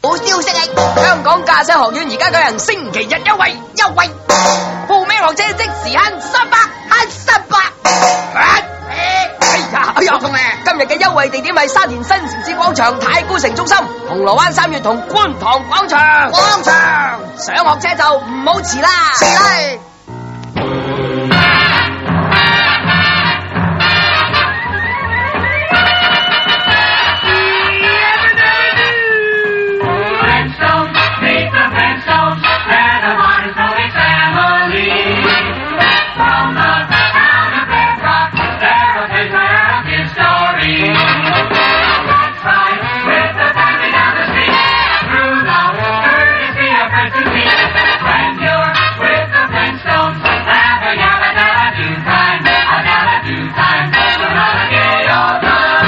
好消息係香港駕駛學院而家舉行星期日優惠，優惠報名或者即時慳三百，慳三百。哎呀，哎呀，痛咧今日嘅優惠地點係沙田新城市廣場、太古城中心、銅鑼灣三月同觀塘廣場。廣場上學車就唔好遲啦。是 啦。 Flintstones, meet the Flintstones, they're the Monticelli family. From the town of Bedrock, they're a patriotic story. Let's ride with the family down the street, through the courtesy of friends and meet. When you're with the Flintstones, have a yabba dabba doo time, a dabba doo time, we're not a gay old time.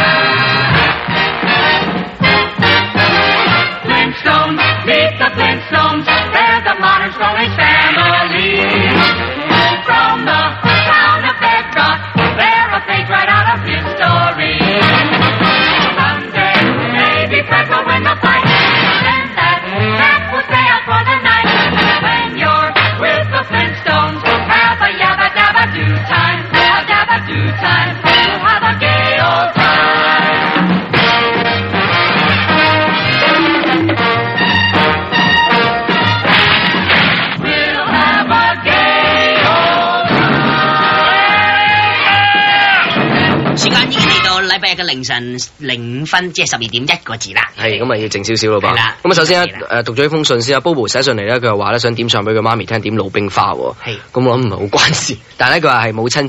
Flintstones, meet the Flintstones. They're the modern Stone Age family. From the town of Bedrock, they're a page right out of history. Someday, maybe Fred will win the fight. And that Fred will stay out for the night. When you're with the Flintstones, have a yabba dabba do time. A dabba do time. You'll have a gay old time. We'll have a gay old time. 時間已經嚟到禮拜日嘅凌晨零五分，即係十二點一個字啦。係咁啊，要靜少少咯係噃啦。咁啊，首先係咧啦，誒讀咗呢封信先啊，Bobo 寫信嚟咧，佢又話咧想點唱俾佢媽咪聽點老冰花喎。係咁我諗唔係好關事， 但係咧佢話係母親節誒，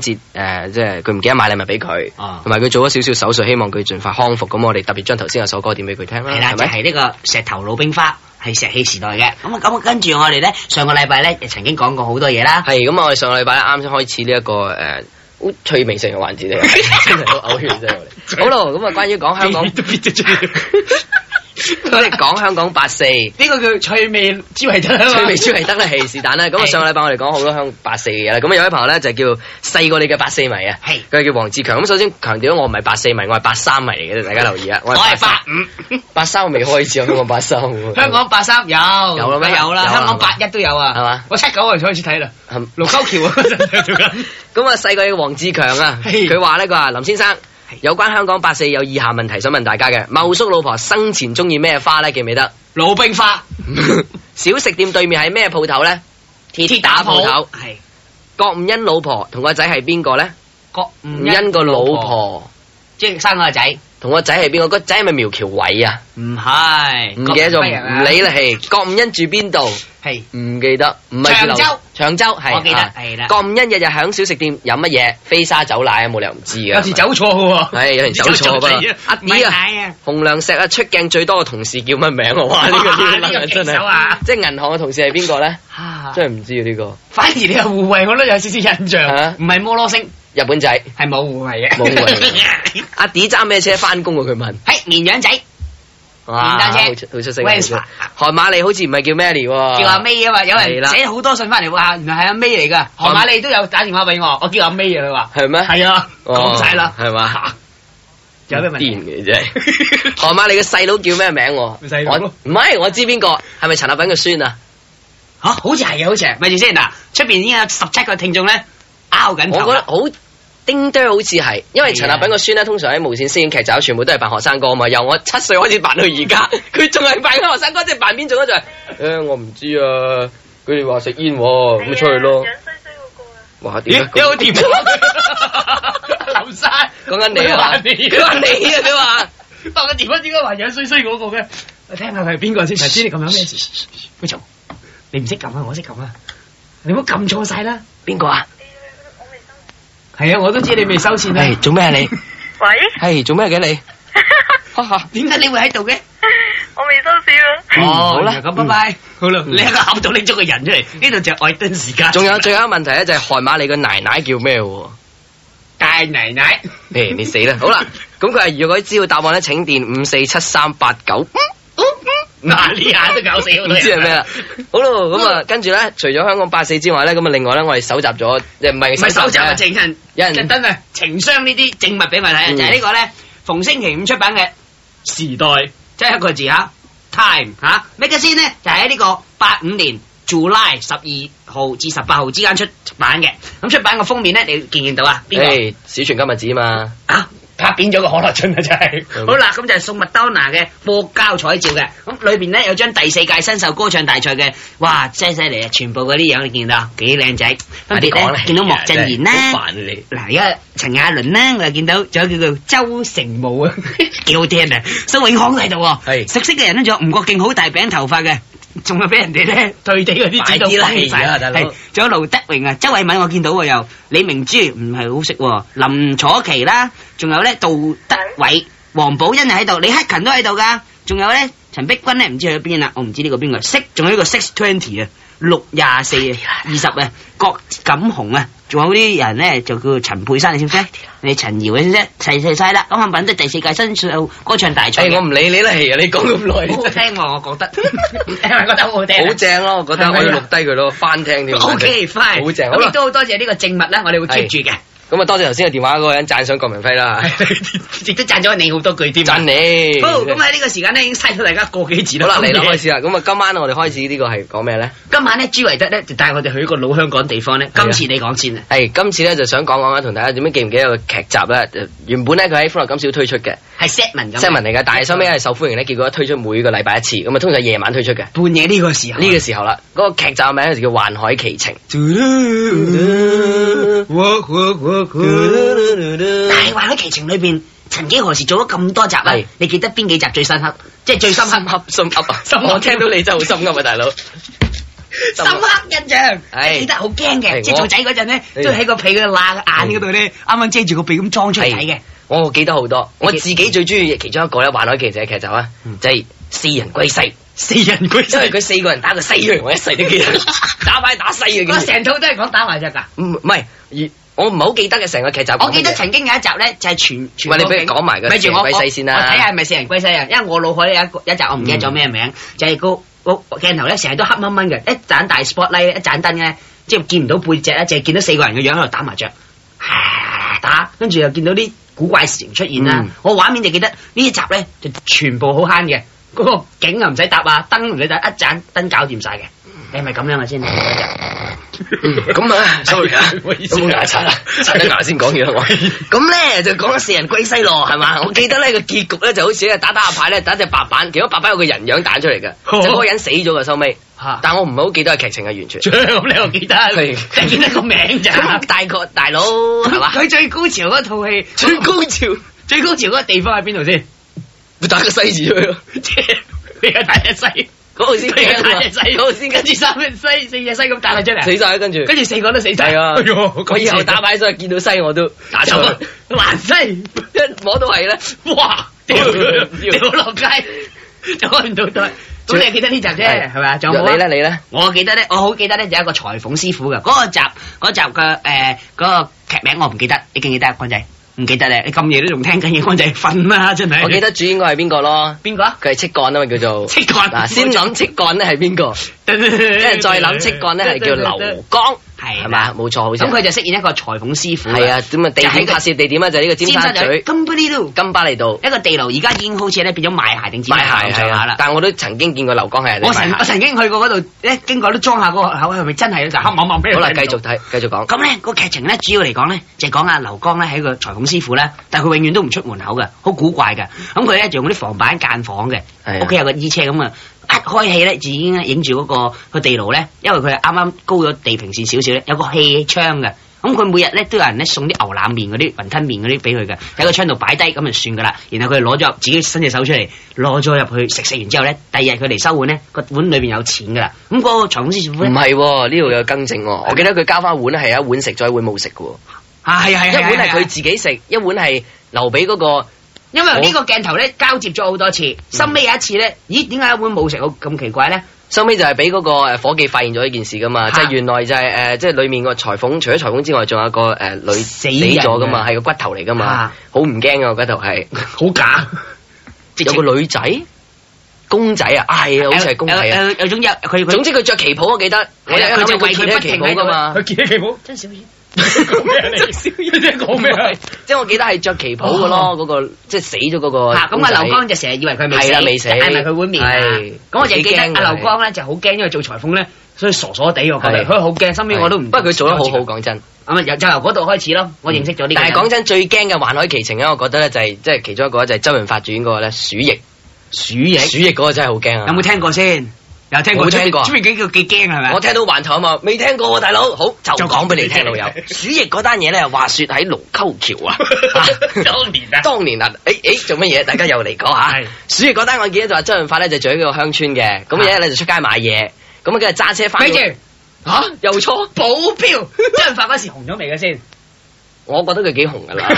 即係佢唔記得買禮物俾佢，哦同埋佢做咗少少手術，希望佢盡快康復。咁我哋特別將頭先有首歌點俾佢聽啦，係啦，係就咪？係呢個石頭老冰花，係石器時代嘅。咁啊，咁啊跟住我哋咧，上個禮拜咧曾經講過好多嘢啦。係咁，我哋上個禮拜咧啱先開始呢、一個誒。好趣味性嘅環 節嚟嘅，真係好嘔血真係我哋。好咯，咁啊，關於講香 港， 都必咗出我哋講香港八四，趣呢個叫趣味之為得啦嘛味超係得啦，係是但啦。咁啊，上個禮拜我哋講好多香港八四嘅嘢啦。咁啊有位朋友咧就叫細過你嘅八四迷啊，係佢叫黃志強。咁首先強調我唔係八四迷，我係八三迷嚟嘅，大家留意啊。我 我係三 八五，八三我未開始，我香港八三喎。香港八三有有啦咩有啦，有啊香係港嘛八一都 à. 有啊，係嘛我七九我就開始睇啦，係盧溝橋 啊嗰陣做緊，咁啊，細個嘅黃志強啊，係佢話呢，佢話林先生有關香港八四有以下問題想問大家嘅，茂叔老婆生前中意咩花呢？記唔記 得？老冰花小食店對面係咩鋪頭呢？鐵鋪頭。係郭五欣老婆同個仔係邊個呢？郭吳吳欣欣個個老老婆，婆即係生個仔，同個仔係邊個？個仔係咪苗僑偉啊？唔 Ừ, 係唔記得咗，郭 à? 唔理啦，係郭五欣住邊度？係唔記得，唔係住樓長洲，長洲係。我記得啊係啦郭五欣日日響小食店飲乜嘢？飛沙走奶啊，冇理由唔知嘅。有時走錯嘅喎，係有人走錯不噃阿唔係奶啊，洪亮石啊，出鏡最多嘅同事叫乜名啊？哇，呢、 個哇呢、個呢個真棘係，手啊即係銀行嘅同事係邊個咧？真係唔知啊！呢、個反而你係護衛，我都有少少印象啊，唔係摩羅星，日本仔，係冇護衛嘅，冇護 衛阿 D 揸咩車翻工啊？佢問，係綿羊仔。哇，電單車好出好出色啊！好 Vespa 出色韓馬利好似唔係叫 Mary 喎，叫阿 May 啊嘛，有係人啦啊寫好多信翻嚟，話原來係阿 May 嚟噶，韓韓馬利都有打電話俾我，我叫阿 May 啊，佢 話係咩？係啊，哦講晒啦，啊係嘛？有咩問題？癲嘅真係。 韓馬利嘅細佬叫咩名喎？細佬我唔係我知邊個，係咪陳立品嘅孫啊？嚇，好似係啊，好似係，咪住先嗱，出邊已經有十七個聽眾咧，拗緊我覺頭得啦，好叮噹，好似係，因為啊陳立品個孫咧，通常喺無線飾演劇集全部都係扮學生哥啊嘛。由我七歲開始扮到而 家，佢仲係扮緊學生哥，即係扮邊種咧？就係、誒我唔知啊，佢哋話食煙喎，咁咪出去咯。哇！點咦，解有啊咁？個電 話， 流晒，講緊你佢啊話！佢話你啊！佢 話但個電話點解話樣衰衰嗰個嘅？我聽下佢係邊個先，頭先你撳咗咩事？佢嘈，你唔識撳啊，我識撳啊，你唔好撳錯晒啦。邊個啊？係啊，我都知你未收 線啦。係做咩啊你？喂，係哎做咩嘅你？ 點解你會喺度嘅？我未收線啊！嗯好哦，啦原來咁拜拜，好啦，嗯你喺個盒度拎咗個人出嚟，呢度就係愛登時 間。仲有最後一個問題咧，就係韓馬利嘅奶奶叫 咩喎？ 大奶 奶，誒，你死啦！好啦，咁佢係如果知道答案咧，請電五四七三八九。嗱呢下都搞死好唔多人。知係咩啊啦。好咯，咁啊，跟住咧，除咗香港八四之外咧，咁啊，另外咧，我哋搜集咗，誒唔係唔係手集啊，嘅情人，有人等啊，情商呢啲證物俾我睇啊，嗯就係呢個咧，逢星期五出版嘅《時代》，即係一個字啊， time 吓、咩嘅先呢？就喺呢個八五年 July 十二號至十八號之間出版嘅。咁出版嘅封面咧，你見唔見到啊？邊個？誒，史存今日子嘛，啊，拍扁咗個可樂樽啊！真係嗯好啦，咁就係送麥當娜嘅播膠彩照嘅，咁裏邊咧有張第四屆新秀歌唱大賽嘅，哇，真係犀利啊！全部嗰啲樣你見到啊幾靚仔，分別講咧啦見到莫振賢好啦，煩你。嗱而家陳雅倫啦，我又見到，仲有叫做周成武 啊，幾好聽啊！蘇永康都喺度喎，係熟悉嘅人咧，仲有吳國敬好大餅頭髮嘅。仲有俾人哋咧對地嗰啲快指導啲啦封而家晒大佬係仲有盧德榮啊、周慧敏我見到喎又，李明珠唔係好識喎，林楚琪啦，仲有咧杜德偉、黃寶欣又喺度，李克勤都喺度噶，仲有咧陳碧君咧唔知去咗邊啦，我唔知呢個邊個識，仲有呢個 Six Twenty à. 啊，六廿四啊，二十啊，郭錦雄啊，仲有啲人咧就叫做陳佩珊，你知唔知？你陳瑤你知唔知？細細細啦，咁啊品都係第四屆新秀歌唱大賽誒，嘅，我唔理你啦，係啊，你講咁耐，好好聽喎，我覺得，係咪覺得好 好聽啊？好正咯，我覺得係咪我啊要錄低佢咯，翻聽添。 O K fine，好正好咁啦亦都好多謝呢個證物啦，我哋會 keep 係住嘅，咁啊，多謝頭先嘅電話嗰個人讚賞郭明輝啦， 亦都讚咗你好多句添啊。讚你。好，咁喺呢個時間咧，已經嘥咗大家個幾字啦。好啦，嚟啦，咁開始啦。咁啊，今晚我哋開始呢個係講咩咧？今晚咧，朱維德咧就帶我哋去一個老香港地方咧。係今啊次你講先啊，係今次咧就想講講啊啦，同大家點樣記唔記得有個劇集咧？呃原本咧佢喺《歡樂今宵》推出嘅，係 set 文咁。新聞嚟嘅，但係收尾係受歡迎咧，結果推出每個禮拜一次，咁啊通常夜晚推出嘅。半夜呢個時候，呢個時候啦，嗰、個劇集名就叫《幻海奇情》。但係話喺劇情裏邊，曾幾何時做咗咁多集啊係？你記得邊幾集最深刻？即係最深 刻，噏心噏啊！心噏我聽到你真係好心噏啊，大佬。深刻印象。係記得好驚嘅，係即係我做仔嗰陣咧，係都喺個被嗰度罅眼嗰度咧，啱啱遮住個鼻咁裝出嚟睇嘅。我記得好多，你我記自己最中意其中一個咧，《幻海奇情》嘅劇集啊，就係四人歸西，嗯四人居因為佢四個人打個西洋，我一世都記 得打牌打西洋我嘅。成套都係講打麻雀㗎。唔唔係，而我唔係好記得嘅成個劇集講乜嘢。我記得曾經有一集咧，就係全全喂你俾佢講埋個咪住我四人歸西先啦我我睇下係咪四人歸西啊？因為我腦海咧有一個有一集我唔記得咗咩嗯名，就係個個鏡頭咧成日都黑掹掹嘅，一盞大 spotlight 一盞燈咧，即係見唔到背脊咧，就係見到四個人嘅樣喺度打麻雀，打跟住又見到啲古怪事情出現啦嗯。我畫面就記得呢一集咧就全部好慳嘅，嗰個景啊唔使搭啊，燈唔使搭，一盞燈搞掂晒嘅。你係咪咁樣啊嘅先？嗯咁 啊，sorry 啊，唔好意思咁牙刷啊，刷咗牙先講嘢啦我。咁咧就講咗四人歸西咯，係嘛？我記得呢個結局咧就好似咧打打下牌咧，打一隻白板，結果白板有個人樣彈出嚟嘅，哦就嗰個人死咗嘅收尾。 嚇但我唔係好記得個劇情係 完全。咁你又記 得？係就係見得個名咋咁。大個大 佬係嘛？佢最高潮嗰套戲，最高潮最高潮嗰個地方喺邊度先？打個西字出去咯，啊即係你個大隻西，嗰 度先你個大隻西，嗰度先跟跟住三隻西、四隻西咁打佢出死嚟，啊晒，跟住跟住四個都死晒哎係。啊！喲我以後打牌所以見到西我都打 就咗，蘭西， 一摸到係咧，啊哇！屌屌落街，就開唔到袋。咁你係記得呢集啫，係係咪啊？仲有冇啊你咧你咧，我記得咧，我好記得咧，就有一個裁縫師傅嘅嗰、個集嗰集嘅誒嗰個劇名我唔記得，你記唔記得啊，關仔？唔記得咧，你咁夜都仲聽緊嘅，關仔瞓啦，真係。我記得主應該係邊個咯？邊個啊？佢係戚幹啊嘛，叫做哎 戚幹嗱，先諗戚幹咧係 邊個，跟住跟住再諗戚幹咧係叫劉 江，係係嘛？冇錯，好似咁佢就飾演一個裁縫師傅。係啊，，咁啊地就點係佢拍攝地點啊就係呢個尖沙咀金不呢度金巴利道一個地牢，而家已經好似咧變咗賣鞋定賣鞋上係下啊啦，。但我都曾經見過劉江係人啊哋我曾賣我鞋。曾經去過嗰度，咧經過都裝下嗰個口，係咪真係咧就黑濛 濛俾好人啦，繼睇到續睇，繼續講。咁咧個劇情咧主要嚟講咧就係講阿劉江咧係一個裁縫師傅咧，但係佢永遠都唔出門口嘅，好古怪嘅。咁佢咧就用嗰啲防板間房嘅係，啊屋企有個衣車咁啊，一開戲咧就已經影住嗰個個地牢咧，因為佢係啱啱高咗地平線少少咧，有個氣窗嘅。咁佢每日咧都有人咧送啲牛腩面嗰啲雲吞面嗰啲俾佢嘅，喺個窗度擺低咁就算噶啦。然後佢攞咗入自己伸隻手出嚟，攞咗入去食，食完之後咧，第二日佢嚟收碗咧，個碗裏邊有錢噶啦。咁、嗰個裁縫師唔傅咧，係喎，呢度有更正喎。我記得佢交翻碗係一碗食咗，一碗冇食嘅喎。一碗啊係啊係啊係啊係係啊佢自己食，一碗係留俾嗰個因為呢個鏡頭咧交接咗好多次，收尾有一次咧，咦？點解一碗冇食好咁奇怪咧？收尾就係俾嗰個誒伙計發現咗呢件事噶嘛，嚇即係原來就係誒即係裡面個裁縫，除咗裁縫之外，仲有個誒女死死人咗噶嘅嘛，係個骨頭嚟噶嘛嚇，好唔驚啊個骨頭係，好假，直有情個女仔公仔啊，啊係啊，好似係公仔啊，有有有有種有佢佢總之佢着旗袍我記得，我係啊佢就為為佢不停喺度噶嘛，佢見得幾好？真少少，講咩啊 你燒你真係講咩啊？即係我記得係着旗袍嘅咯，嗰個即係死咗嗰個。哦嚇！咁啊，劉江就成日以為佢未死，係啦未死就嗌埋佢碗面啊係咁我就記得幾驚啊阿劉江咧就好驚，因為做裁縫咧，所以傻傻地我覺係得佢好驚，身邊我都不唔。過佢做得好好，講真。嗯咁啊，由就由嗰度開始咯，我認識咗呢個但係人。講真，最驚嘅《幻海奇情》咧，啊我覺得咧就係即係其中一個呢就係周潤發主演嗰個咧鼠疫，鼠疫，鼠疫嗰個真係好驚啊！有冇聽過先？有聽過，冇聽過出面幾個幾驚係咪？我聽到環頭啊嘛，未聽過喎，大佬，好就就講俾你講俾聽，你老友聽。鼠疫嗰單嘢咧，話說喺盧溝 橋啊，當年啊 當年啊，誒誒做乜嘢？大家又嚟講下係。鼠疫嗰單案件咧，就話周潤發咧就住喺個鄉村嘅，咁有一日咧就出街買嘢，咁啊跟住揸車翻咪。住嚇又錯，保鏢，周潤發嗰時紅咗未嘅先？我覺得佢幾紅㗎 啦。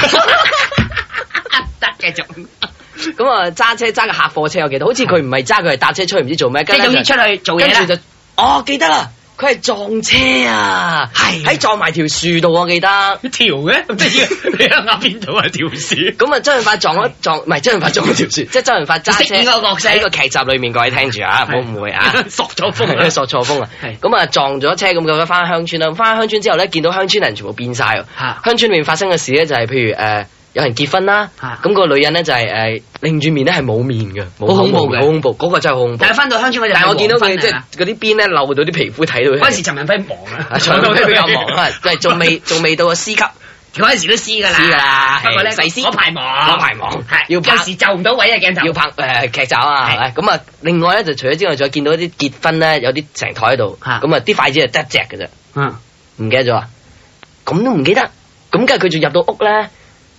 得繼續，咁啊揸車揸個客貨車，我記得好似佢唔係揸，佢係搭車出去唔知做咩，即跟係住總之出去做嘢跟啦。住就，哦記得啦，佢係撞車啊，係喺撞埋條樹度，我記得。條嘅，咁即係你喺鴨邊度係條線。咁啊，周潤發撞一撞，唔係周潤發撞 咗條船，即係周潤發揸飾演車嗰個角色喺個劇集裏面，各位聽住啊，唔好誤會 啊， 索咗 風啊索錯風啊係，咁啊撞咗車咁佢翻鄉村啦，翻鄉村之後咧，見到鄉村人全部變晒喎，嚇鄉啊村裏面發生嘅事咧就係譬如誒有人結婚啦，嚇咁個女人咧就係誒擰住面咧係冇面嘅，冇好口恐怖冇面嘅好恐怖，嗰個真係好恐怖但。係翻到鄉村嗰陣，但係我見到黃昏佢嚟即係啦嗰啲邊咧漏到啲皮膚睇到嗰佢陣時，陳文輝忙啊，啊，長比較 忙啊，即係仲未仲未到個 C 級。嗰陣時都知㗎啦，知㗎啦不過咧，係細思嗰排忙，嗰排忙係要拍有時就唔到位啊鏡頭。要 拍誒劇集啊，係咪？咁啊，另外咧就除咗之外，仲見到啲結婚咧有啲成台喺度，嚇咁啊啲筷子係得一隻嘅啫，嗯，唔記得咗啊？咁都唔記得，咁梗係佢仲入到屋咧，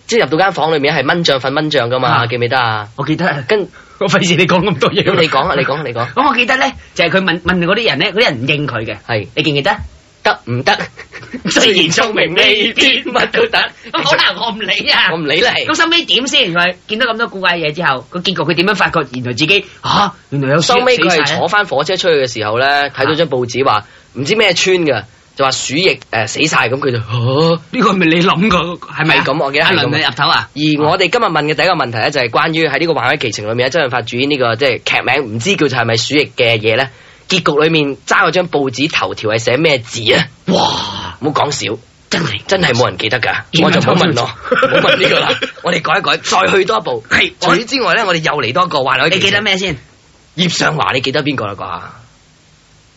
即係入到間房裏面係蚊帳瞓蚊帳噶嘛，嚇記唔記得 啊？我記得。跟我費事你講咁多嘢。咁你講啊，你講啊，你講咁 我記得咧，就係佢問問嗰啲人咧，嗰啲人唔應佢嘅，係你記唔記得？得唔得？ 雖然聰明未必乜都得，咁 好啦，我唔理啊我。唔理啦。係咁收尾點先？佢見到咁多古怪嘢之後，個結局佢點樣發覺原來自己啊，原來有收尾佢係係坐翻火車出去嘅時候咧，睇到張報紙話唔知咩村嘅，就話鼠疫誒死晒，咁佢就嚇呢個係咪你諗過係咪係咁我記得阿係咁倫你入頭啊？而我哋今日問嘅第一個問題咧，就係關於喺呢個《幻海奇情》裏面咧，周潤發主演呢、個即係劇名唔知叫做係咪鼠疫嘅嘢咧，結局裏面揸嗰張報紙頭條係寫咩字啊？哇！唔好講少，真係真係冇人記得㗎，英我文就唔好問頭條咯，唔好問呢個啦。我哋改一改，再去多一步。係除此之外咧，我哋又嚟多一個《幻海奇你情》。記得咩 先？葉尚華，你記得邊個啦啩？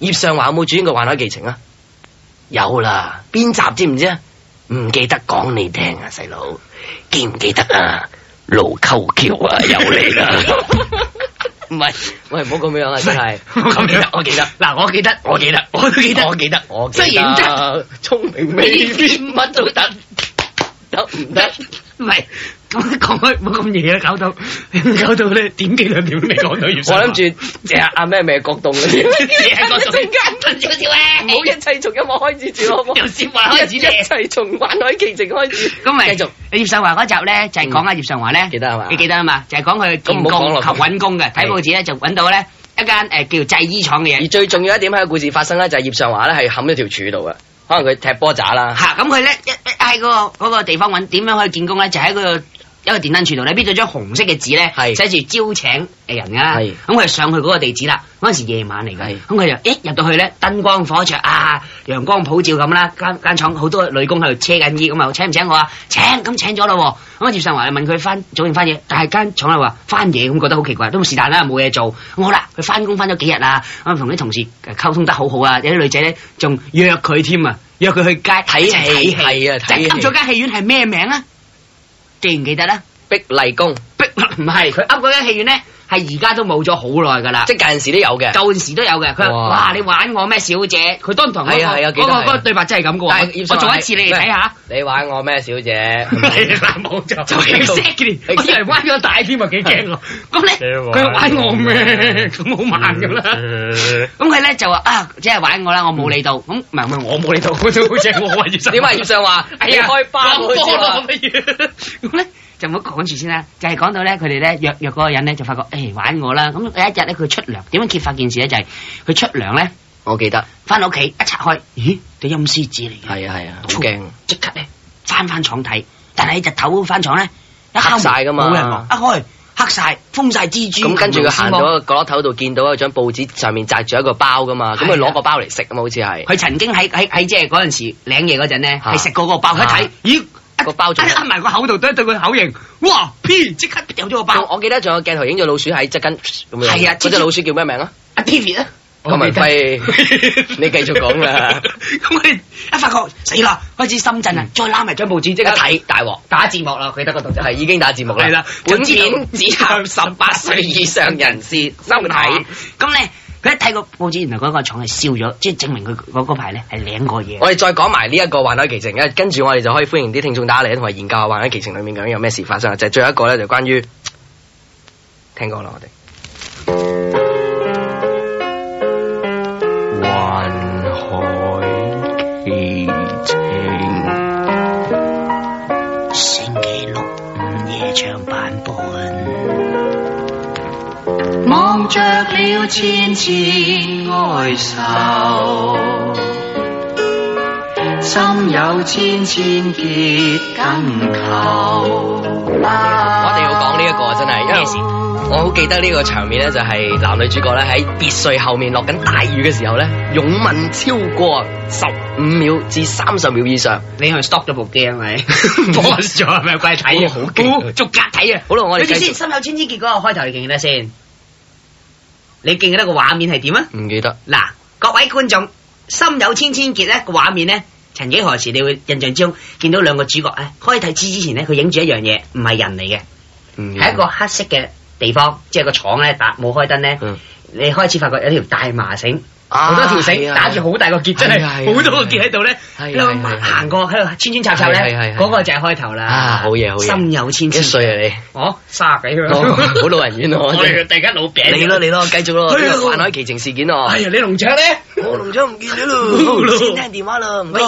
葉尚華有冇主演過《幻海奇情》啊？有啦，邊集知唔知啊？唔記得講你聽啊，細佬，記唔記得啊？盧溝橋啊，有你啦！唔係， 喂，唔好咁樣啊，真 係，我記得，我記得，嗱，我記得，我記得，我都記得，我記得，我記得，雖然得，聰明未必乜都得，得唔得？唔係咁講開冇咁嘢搞到搞到咧點幾兩點都未講到葉我諗 住借下阿咩咩國棟嗰 Dạ, 啲， 嘢嗰種，瞓少少啊！唔好一切從音樂開始住 好唔好？由説話開始一咧。切從幻海奇情開始。咁咪繼續。葉尚華嗰集咧，就係講阿葉尚華咧，記得係嘛你記得啊嘛？就係講佢見咁唔好講工落及去揾工嘅，睇係報紙咧就揾到咧一間誒叫製衣廠嘅嘢而。最重要一點喺個故事發生咧，就係葉尚華咧係冚咗條柱度嘅，可能佢踢波渣啦。吓，咁佢咧一一喺嗰個嗰個地方揾點樣可以見工咧，就喺嗰個一個電燈柱度咧，邊咗張紅色嘅紙咧，係寫住招請誒人噶。係咁佢就上去嗰個地址啦。嗰陣時夜晚嚟嘅係，咁佢就一入到去咧，燈光火著啊，陽光普照咁啦。間間廠好多女工喺度車緊衣，咁啊請唔請我啊？請，咁請咗咯喎。咁啊葉尚華就問佢翻早定翻嘢，但係間廠又話翻嘢，咁覺得好奇怪，都是但啦，冇嘢做。咁好啦，佢翻工翻咗幾日啊，咁同啲同事溝通得好好啊，有啲女仔咧仲約佢添啊，約佢去街睇戲睇戲係啊睇戲就係噏咗間戲院係咩名啊？記唔記得咧？逼麗宮，逼唔係佢噏嗰間戲院咧，係而家都冇咗好耐噶啦即。係近時都有嘅。舊陣時都有嘅，佢話：哇哇，你玩我咩小姐？佢當堂嗰個係啊係啊記得嗰個係啊嗰個對白真係咁 嘅但係葉喎。尚我華做一次你嚟睇下，你玩我咩小 姐？係啦，冇錯，就 exactly，我以為彎咗大添啊，幾驚我。咁咧，佢玩我咩？咁好慢咁啦。嗯咁佢咧就話啊，即係玩我啦，我冇理到。咁唔係唔係我冇理到，我都好似係我話葉點啊？葉尚華，哎你呀開巴有我知波啦咯。咁咧就唔好講住先啦，就係講到咧佢哋咧約約嗰個人咧就發覺，誒玩我啦。咁有一日咧佢出糧，點樣揭發件事咧？就係佢出糧咧，我記得，翻到屋企一拆開，咦，對陰司紙嚟嘅，係啊係啊，好驚。即刻咧翻翻廠睇，但係日頭翻廠咧一敲門黑晒㗎嘛冇人喎一開。黑晒，封晒蜘蛛。咁跟住佢行到紅一個角落頭度，見到有張報紙上面擲住一個包噶嘛，咁佢係啊攞個包嚟食啊嘛，好似係。佢曾經喺喺喺即係嗰陣時領嘢嗰陣咧，啊係食過個包，佢一睇啊，咦一個包仲一噏埋個口度，對對佢口型，哇 P 即刻掉咗個仲包，我記得仲有鏡頭影咗老鼠喺側跟咁樣。係啊嗰只老鼠叫咩名啊？阿 P 啊！郭文輝，你繼續講啦。 咁佢一發覺死啦，開始深圳啊，再攬埋張報紙一即刻睇，睇大鑊，打字幕啦，佢得嗰度就係已經打字幕啦。係 啦本就知道片只限十八歲以上人士收睇。。咁咧，佢一睇個報紙，原來嗰個廠係燒咗，即係證明佢嗰嗰排咧係領過嘢。我哋再講埋呢一個《幻海奇情》，跟住我哋就可以歡迎啲聽眾打嚟，同埋研究下《幻海奇情》裏面究竟有咩事發生啦。就係最後一個咧，就關於嗯聽講啦，我哋。幻海奇情，星期六午夜唱版本。望着了千千哀愁，心有千千结紧扣。我啊哋要講呢一個真係，因為我好記得呢個場面咧，啊就係男女主角咧喺別墅後面落緊大雨嘅時候咧，擁吻超過十五秒至三十秒以上。你係咪 stop 咗部機係 咪？pause 咗係咪？怪睇啊，好勁啊逐格睇啊！好啦我哋你知繼續先，心有千千結嗰個開頭你記唔記得先？你記唔記得個畫面係點啊？唔記得。嗱，各位觀眾，心有千千結咧個畫面咧，曾幾何時你會印象之中見到兩個主角咧開睇之之前咧，佢影住一樣嘢，唔係人嚟嘅，嗯係一個黑色嘅地方，即係個廠咧打冇開燈咧，嗯你開始發覺有條大麻繩。啊好多條繩係啊打住好大個結，真係係啊係啊好多個結喺度咧，係啊喺度係啊係啊行過喺度穿穿插插係係係咧，係嗰個就係開頭啦。啊好嘢好嘢心有千幾千。歲啊你？哦，卅幾啦，哦好老人院喎我真哋係突然間老餅。你咯你咯，繼續咯，係啊呢個幻海奇情事件哦哎。呀，你龍雀咧？我龍咗唔見咗好啦咯，先聽電話啦，唔該。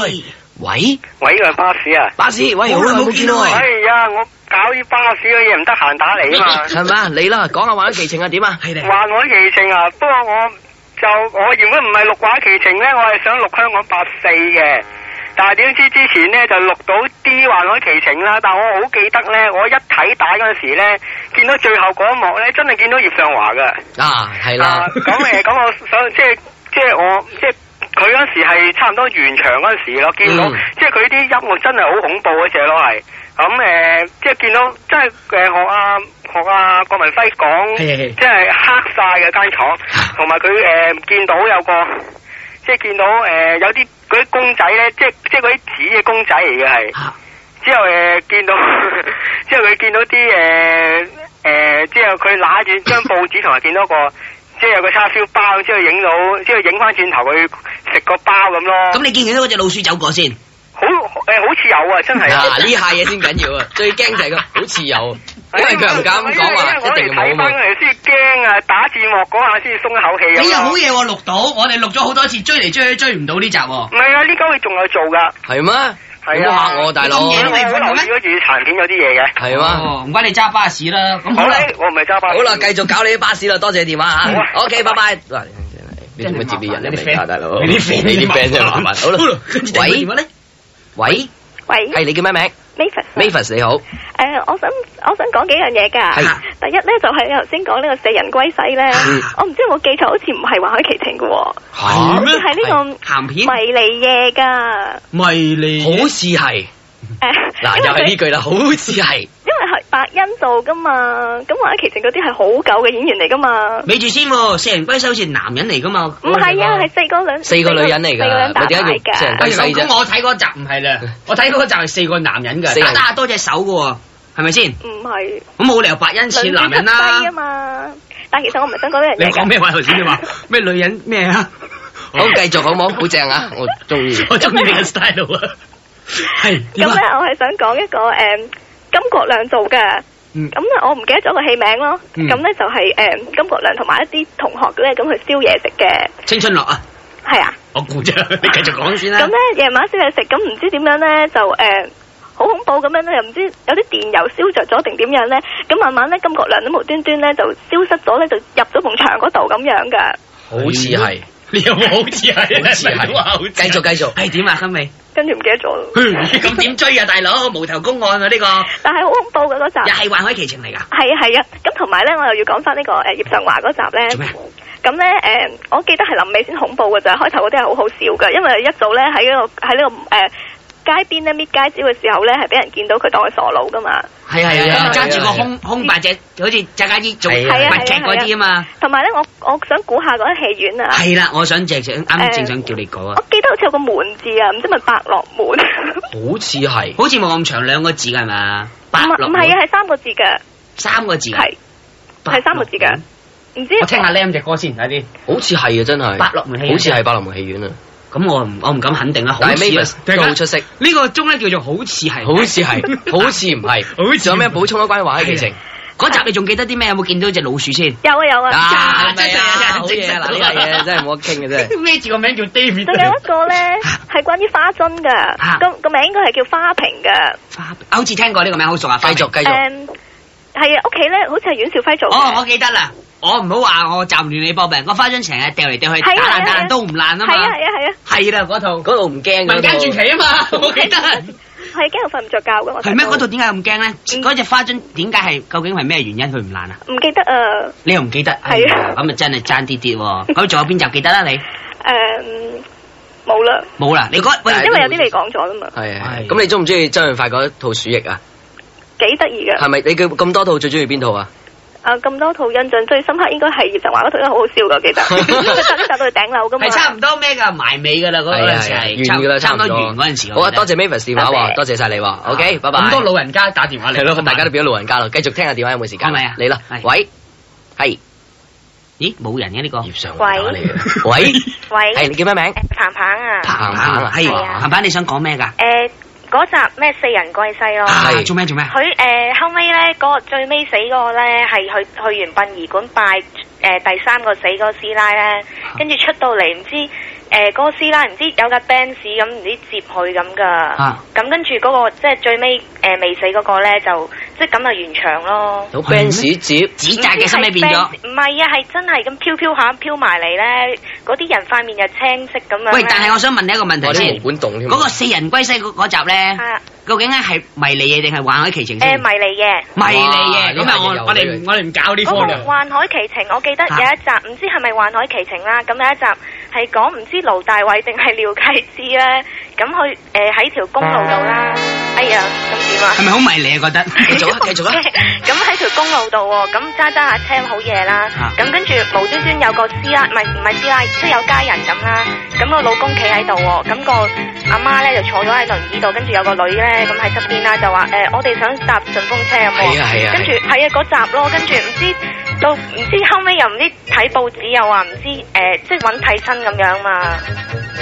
喂，喂，呢個係巴士啊！巴士，喂，好好耐耐冇冇見見到到喂哎，呀，我搞啲巴士嘅啊嘢唔得閒打嚟啊 嘛。係咪啊？你啦，講下幻海奇情啊，點啊？係咧。話我奇情啊，不過我就我原本唔係錄畫奇情咧，我係想錄香港八四嘅。但係點知之前咧就錄到啲幻海奇情啦，但我好記得咧，我一睇帶嗰陣時咧，見到最後嗰一幕咧，真係見到葉尚華噶。啊，啊係 À. 啦，，咁誒，咁我想即係即係我即係佢嗰時係差唔多完場嗰陣時咯，見到、嗯即係佢啲音樂真係好恐怖嗰只咯係。咁誒、即係見到，真係誒學阿學阿郭文輝講，係係係即係黑晒嘅間廠，啊同埋佢誒見到有個，即係見到誒、有啲嗰啲公仔咧，即係即係嗰啲紙嘅公仔嚟嘅係。啊之後誒、見到， 之後佢見到啲誒誒，之後佢揦住張報紙同埋見到個，即係有個叉燒包，之後影到，之後影翻轉頭佢食個包咁咁咯。你見唔見到嗰只老鼠走過先？好誒、好似有啊，真係嗱呢下嘢先緊要啊，最驚就係佢好似有，啊因為佢唔敢講話因為哎我一定哋要冇睇啊嘛翻。嚟先驚啊！打字幕嗰下先鬆一口氣啊！你哎又好嘢喎，錄到，我哋錄咗好多次，追嚟追去追唔到呢集喎。唔係啊！呢家佢仲有做㗎，係咩？係你啊！話我大佬我咁嘢都未好分到留咩意嗰住殘片有啲嘢嘅。係嘛？哦，唔該你揸巴士啦。咁好好啦啦，，我唔係 Ờ. 揸巴士。好啦，繼續搞你啲巴士啦，多謝你電話好啊嚇。OK，拜拜。嗱，你做乜接啲人嚟㗎，大佬？你啲 friend 真係麻煩。好好啦啦，，跟住第二個電喂話咧，喂，喂係你叫咩名 Mavis ？Mavis 你好，诶，我想我想講幾樣嘢㗎。係第一咧就係你頭先講呢個四人歸西咧嗯，我唔知有冇記錯，好似唔係《幻海奇情》㗎喎，嚇好似係呢鹹個片迷離夜㗎。迷你好似係诶，Dạ, 嗱，又 係呢句啦，好似係因為係白欣做㗎嘛，咁《幻海奇情》嗰啲係好舊嘅演員嚟㗎嘛。咪住先喎，四人歸首好似男人嚟噶嘛？哦唔係啊，係四個兩四個女人嚟㗎四個人打咪牌點解叫四人㗎。歸喂西啫哎咁我睇嗰集唔係啦，我睇嗰集係四個男人嘅，四人打打下多隻手嘅喎，係咪先？唔係咁冇理由白恩似男人啦西啊。嘛。但係其實我唔係想講呢樣你嘢㗎。講咩話頭先？你話咩女人咩啊？好繼續好冇？好正啊，我中意。我中意你嘅 style 啊！係咁點咧啊？，我係想講一個誒、金國亮做嘅。嗯咁咧，我唔記得咗個戲名咯。嗯咁咧、就係、誒、金國亮同埋一啲同學咧，咁去燒嘢食嘅，青春樂啊！係啊。我估啫，你繼續講先啦咁。咧夜晚燒嘢食，咁唔知點樣咧就誒。好恐怖咁樣咧，又唔知有啲電油燒着咗定點樣咧，咁慢慢咧金國亮都無端端咧就消失咗咧，就入咗埲牆嗰度咁樣㗎。好似係，你有冇好似係？好似係你話好似係繼續繼續係點啊？今尾跟住唔記得咗咯。咁點追啊，大佬？無頭公案啊，呢個但係好恐怖嘅嗰集又。係幻海奇情嚟㗎。係啊係啊，咁同埋咧，我又要講翻呢個誒葉尚華嗰集做咧咩。咁咧誒，我記得係臨尾先恐怖嘅咋，開頭嗰啲係好好笑嘅，因為一早咧喺呢個喺呢個誒街邊咧搣街招嘅時候咧，係俾人見到佢當佢傻佬噶嘛。係啊係係啊啊，揸住係個啊空空白隻，好似扎家衣做係啊密劇嗰啲啊嘛。同埋咧，我我想估下嗰間戲院啊，係啦，我想正想啱啱誒正想叫你講我啊，記得好似有個門字啊，唔知咪百樂 門，唔好似係好似冇咁長兩個字㗎係嘛？八係六唔係啊，係三個字嘅，三個字㗎，係係三個字嘅，唔知我聽下 Lam 只歌先睇啲。好似係啊，真係百樂門戲院好似係百樂門戲院啊，咁我唔我唔敢肯定啦，好但係似啊 Mavis 都好出色，呢個鐘咧叫做好似係，好似係，好似唔係，好似仲有咩補充啊？關於畫嘅劇情嗰集你仲記得啲咩？有冇見到只老鼠先？有啊有啊，à, 啊，係咪啊好嘢啦，呢樣嘢真係冇得傾嘅真 dạ. 係。孭住個名叫 David，啊仲有一 個咧係關於花樽嚇嘅，個個名應該係叫花瓶嘅，花啊好似聽過呢個名，好熟啊！繼續繼續，誒係啊，屋企咧好似係阮兆輝做哦，我嘅，記得啦，我唔好話我暫亂你波病，我花樽成日掉嚟掉去，打係啊爛係啊打係爛啊都唔爛啊係啊嘛，係啊係啊，係啦嗰套嗰度唔驚民間嘅，傳奇啊 嘛，我記得係驚到瞓唔着覺嘅我細個。係咩？嗰套點解咁驚咧？嗰只花樽點解係究竟係咩原因佢唔爛啊？唔記得啊，你又唔記得？哎呀咁啊真係爭啲啲喎。咁仲有邊集記得啦？你 ờ, 誒冇啦，冇啦？你嗰喂因為有啲你講咗啦嘛，係係係。咁你中唔中意周潤發嗰套鼠疫啊？幾得意嘅。係咪你嘅咁多套最中意邊套啊？啊咁多套印象最深刻應該係葉振華嗰套，因為好好笑噶，記得佢搭啲搭到去頂樓噶嘛係。差唔多咩㗎？埋尾㗎啦，嗰係陣時係係完㗎啦，差差唔唔多多完嗰陣時。好啊，多我記謝 Mavis 電話喎，多謝晒你喎。OK，拜拜。咁多老人家打電話嚟，係咯，大家都變咗老人家啦。繼續聽下電話有冇時間？係咪啊你啦，係喂，係得。咦，冇人嘅呢個葉尚華打嚟嘅。喂，喂，係你叫咩名？彭 à. 彭啊，彭彭啊係係啊彭彭，你想講咩㗎？诶、嗰集咩四人歸西咯，啊係做咩做咩？佢诶、誒後尾咧嗰個最尾死嗰個咧係去去完殯儀館拜诶、第三個死嗰個師奶咧，啊跟住出到嚟唔知诶嗰、個師奶唔知有架 Benz 咁唔知接佢咁噶啊，咁跟住嗰個即係最尾诶、誒未死嗰個咧就即係咁啊完場咯。好 Benz 接指責嘅心理變咗。唔係啊，係真係咁飄飄下飄埋嚟咧，嗰啲人塊面又青色咁樣呢。喂，但係我想問你一個問我題啲先毛，管動添。嗰個四人歸西嗰嗰集咧，啊究竟咧係迷你嘢定係幻海奇情誒先？迷離嘅。迷你嘢，哇咁啊呢下嘢哎我有我呢哋樣我哋唔搞呢嗰科個哦 à.《啦。幻海奇情》，我記得有一集，唔知係咪《幻海奇情》啦，咁有一集係講唔知盧大偉定係廖啟智咧，咁佢誒喺條公路度啦，哎呀，咁點啊係？咪好迷你啊？覺得繼續啊，繼 續啊。咁喺條公路度 ờ, 喎，咁揸揸下車好夜啦啊，咁跟住無端端有個師奶，唔係唔係師奶，即係有家人咁啦，咁個老公企喺度 ờ, 喎，咁個阿媽咧就坐咗喺輪椅度，跟住有個女咧咁喺側邊啦，就話誒、我哋想搭順風車有 ờ. 冇係啊係啊跟住係啊嗰集咯，跟住唔知到唔知後尾又唔知睇報紙又話唔知誒、即係揾替身咁樣嘛，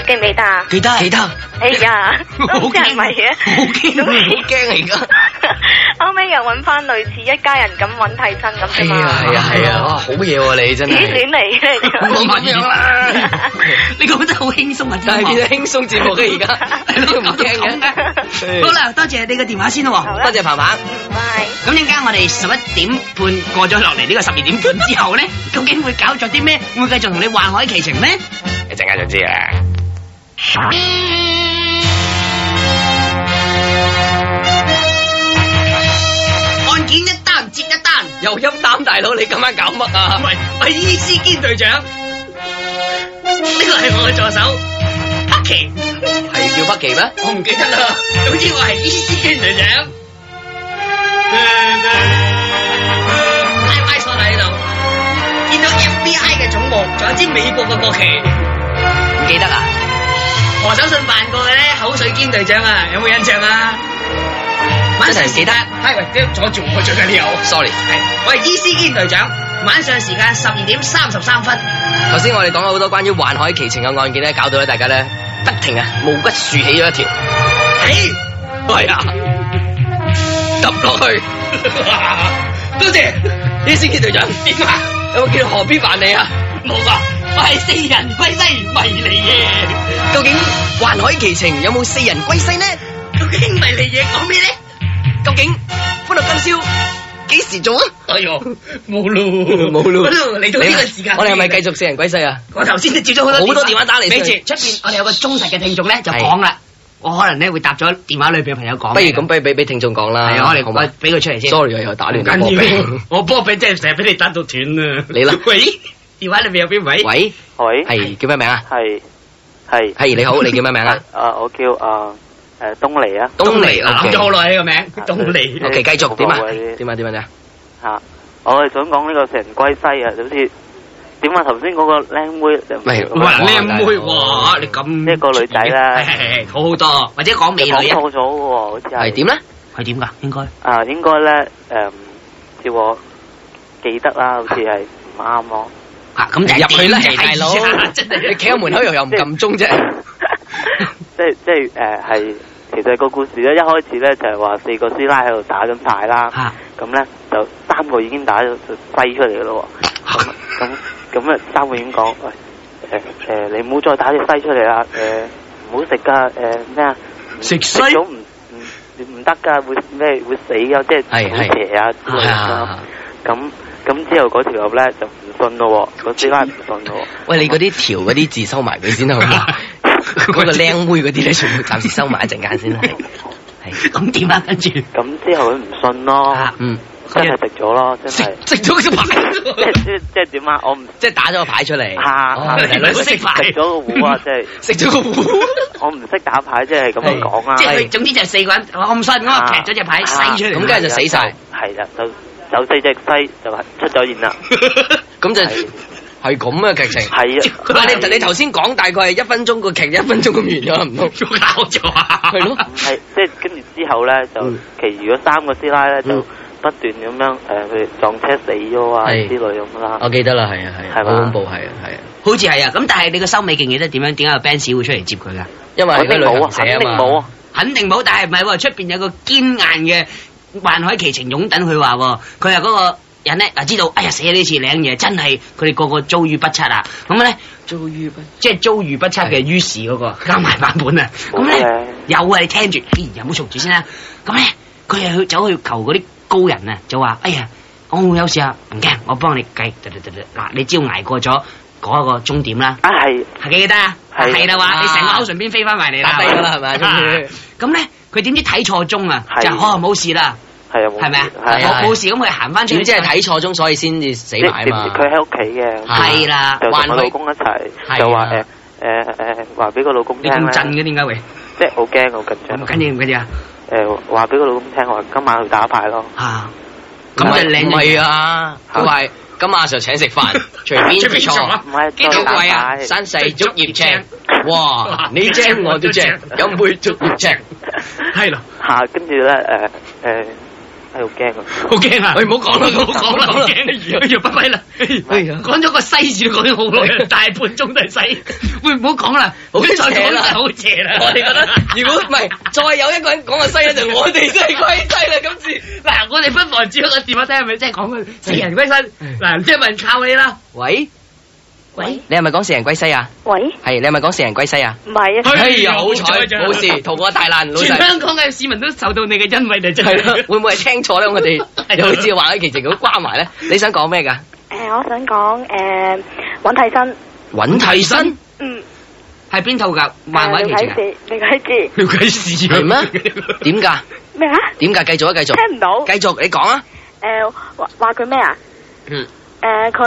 記唔記得 啊？記得記得，哎呀，都唔知係咪嘅。啊好驚總之好驚啊！ 後尾又揾翻類似一家人咁揾替身咁而家係啫嘛啊，係啊係啊，哇，好嘢喎你真哦咦亂係。嚟嘅你好咁哋樣啦啦， 你講得好輕鬆啊， 但係真變咗係輕鬆節目嘅而 哦家，都唔搞到驚咁嘅。哎嘅。好啦，多謝你嘅電話先咯喎。多謝彭彭。拜。咁點解我哋十一點半過咗落嚟呢個十二點半之後咧， 究竟會搞作啲咩？會繼續同你幻海奇情咩？一陣間就知啊啦。案件一單接一單，又陰膽大佬，你今晚搞乜啊？喂喂，伊斯堅隊長，呢個係我嘅助手黑奇，係叫北奇咩？我唔記得啦，總之我係伊斯堅隊長。拉拉坐喺度，見到 FBI 嘅總部，仲有支美國嘅國旗，唔記得啊？何守信扮過嘅咧口水堅隊長啊，有冇印象啊？晚上時間，哎係喂，即阻住我最緊要。 Sorry，係，哎我 E 係伊斯堅隊長，晚上時間十二點三十 三分。哎頭先我哋講咗好多關於幻海奇情嘅案件咧，搞到咧大家咧不停啊毛骨豎起咗一條，哎嘿，係啊，揼落去。 多謝呢先見隊長，點啊？有冇見到何必扮你啊？冇啊，我係四人歸西迷你嘢，究竟幻海奇情有冇四人歸西呢？啊究竟迷你嘢講咩咧？究竟歡樂今宵幾時做啊？哎呦，冇路冇路嚟到呢個時間，我哋係咪繼續四人歸西啊？我頭先都接咗好多好多電話打嚟你住出邊，我哋有個忠實嘅聽眾咧就講啦，我可能咧會答咗電話裏邊嘅朋友講。不如咁，俾俾俾聽眾講啦。係啊，我哋好嘛我俾佢出嚟先。 ？sorry 啊，又打亂唔咗波緊要比。，我波比真係成日俾你打到斷啊！你啦 喂，電話裏面有邊位？喂，喂，係叫咩名啊？系系係你好，你叫咩名啊？啊，我叫啊诶东尼啊東尼嗱諗咗 OK 好耐呢個名，東尼。好 OK，繼續點啊好啊？點啊？點啊？點啊？吓，我係想講呢個成歸西啊，好似點啊頭先嗰個靚妹，喂哇！哇靚妹哇喎，你咁即係個女仔啦係係係好好好多。多，或者講美女講啊，錯咗喎，好似係係點咧？係點㗎？應該啊？應該咧诶，照我記得啦，好似係唔啱 咯。嚇啊咁就係入去啦，點啫大佬哎呀真！係你企喺門口又又唔撳鐘啫。即係即係誒係，其實個故事咧一開始咧就係話四個師奶喺度打緊牌啦，嚇咁咧就三個已經打咗就揮出嚟嘅咯喎，咁咁咁啊三個已經講 Ờ, 喂誒誒你唔好再打隻西出嚟啦，誒唔好食 ờ, 噶誒咩啊食西咗唔 ừ, 唔唔得 ờ, 㗎，會咩會死㗎，即係係好係邪啊之類係 Dạ. 咁啊。咁咁之後嗰條友咧就唔信咯喎，個師奶唔信咯喎。喂，你嗰啲條嗰啲字收埋佢先啦，好 嘛？嗰個靚妹嗰啲咧，全部暫時收埋一陣間 先啦。係係咁點啊？跟住咁之後佢唔信咯，啊嗯，真係食咗咯，真係。食咗個牌，即係即係即係點啊？我唔即係打咗個牌出嚟。下哦下原來識牌，食咗個糊 à, 啊！即係食咗個糊。我唔識打牌，即係咁樣講 à. 啊。即係佢總之就係四個人，我唔信我啊劈咗隻牌篩出嚟，咁梗係就死晒。係啦，就有四隻西就出咗現啦。咁就係係咁啊劇情。係啊，佢話你你頭先講大概係一分鐘個劇，一分鐘咁完咗，唔通搞咗啊？係咯，係即係跟住之後咧，就嗯其餘嗰三個師奶咧就嗯不斷咁樣 ờ, 誒，佢哋撞車死咗 à, 啊係之類咁啦。我記得啦，係啊係啊，係嘛好恐怖係啊係啊，好似係啊，咁但係你個收尾記唔記得點樣？點解個 Benz 會出嚟接佢㗎？因為肯佢定旅冇啊 à, 行，社肯定啊嘛。冇啊。肯定冇，但係唔係喎？出邊有個堅硬嘅幻海奇情擁趸，佢話喎，佢話嗰個人咧啊知道，哎呀死啦呢次領嘢真係佢哋個個遭遇不測啊！咁咧遭遇不即係遭遇不測嘅於是嗰、個加埋版本啊！咁冇咧嘅有啊，你聽住，哎呀唔好嘈住先啦。咁咧佢係去走去求嗰啲高人啊，就話哎呀我有事啊，唔驚，我幫你計。嘟嘟嘟嘟嗱，你只要捱過咗嗰個終點啦。À, 啊係係記得啊？係係啦話，啊你成個口唇邊飛翻埋嚟啦，打低咗啦 係咪終啊 於咁咧，佢點知睇錯鐘啊？係就哦冇事啦，係啊，冇係 à, 咪啊？係啊冇冇事咁，佢行翻出點去，知係睇錯鐘，所以先至死即埋啊係嘛。佢喺屋企嘅。係啦就，同還我佢老公一齊，係就話 à, 誒啊誒誒話俾個老公你聽咁震咧，嘅點解會？即係好驚好緊咁張。緊要唔緊要啊？Ờ, 誒話俾個老公聽，我話今晚去打牌咯。啊，咁咁咪就靚唔咗係啊！佢話今晚阿 Sir 請食 飯，隨便隨便坐坐啊唔係幾多再打貴啊？牌，山細 竹葉青，哇！你正我都 正，飲杯竹葉青。係咯，嚇跟住咧 ờ, 誒誒係好驚啊！好驚啊！喂唔好講啦唔好講啦唔好驚哎呀，拜拜啦！哎呀，講咗個西字都講咗好 耐，大半鐘都係西。喂，唔好講啦，好唔好再講啦邪啦，好邪啦！我哋覺 得， 如果唔係再有一個人講個西咧，就我哋真係歸西啦。今次，嗱，我哋不妨接一個電話睇下係咪真係講緊死人歸嗯身。嗱，即係問靠你啦，喂，喂你係咪講死人歸西啊？喂，係，你係咪講死人歸西啊？唔係啊，哎呀，好彩冇事，逃過大難，老 全細。香港嘅市民都受到你嘅恩惠嚟，真係係咯，會唔會係聽錯咧？我哋又好似話喺其情咁瓜埋咧。你想講咩㗎？诶，我想講诶，揾替身，揾替身嗯，係邊套㗎？漫畫誒劇廖啟情啊？智，廖啟智了解事係咩？ 點㗎？咩啊？點㗎？繼續啊，繼續。聽唔到繼續，你講啊。诶，話話呃佢咩啊？嗯。诶，佢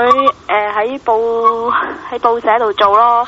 诶喺報 喺報社度做咯。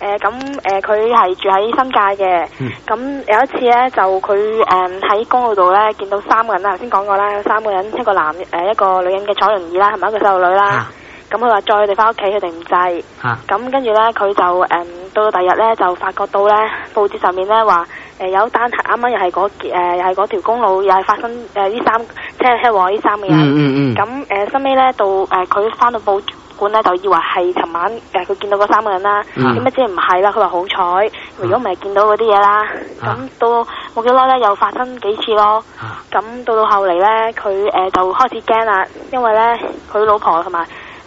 誒咁誒，佢係住喺新界嘅，咁、有一次咧就佢誒喺公路度咧見到三個人啦，頭先講過啦，有三個人一個男誒、一個女人嘅坐輪椅啦，係咪一個細路女啦啊？咁佢話載佢哋翻屋企，佢哋唔制。嚇咁跟住咧，佢就誒、到到第二日咧，就發覺到咧報紙上面咧話誒有單係啱啱又係嗰誒又係嗰條公路又係發生誒呢、三車車禍呢三個人。嗯嗯咁呃誒收尾咧到誒佢翻到報館咧，就以為係尋晚呃誒佢見到嗰三個人啦，嗯點不知唔係啦，佢話好彩，如果唔係見到嗰啲嘢啦。啊咁到冇幾耐咧，又發生幾次咯。啊咁到到後嚟咧，佢誒就開始驚啦，因為咧佢老婆同埋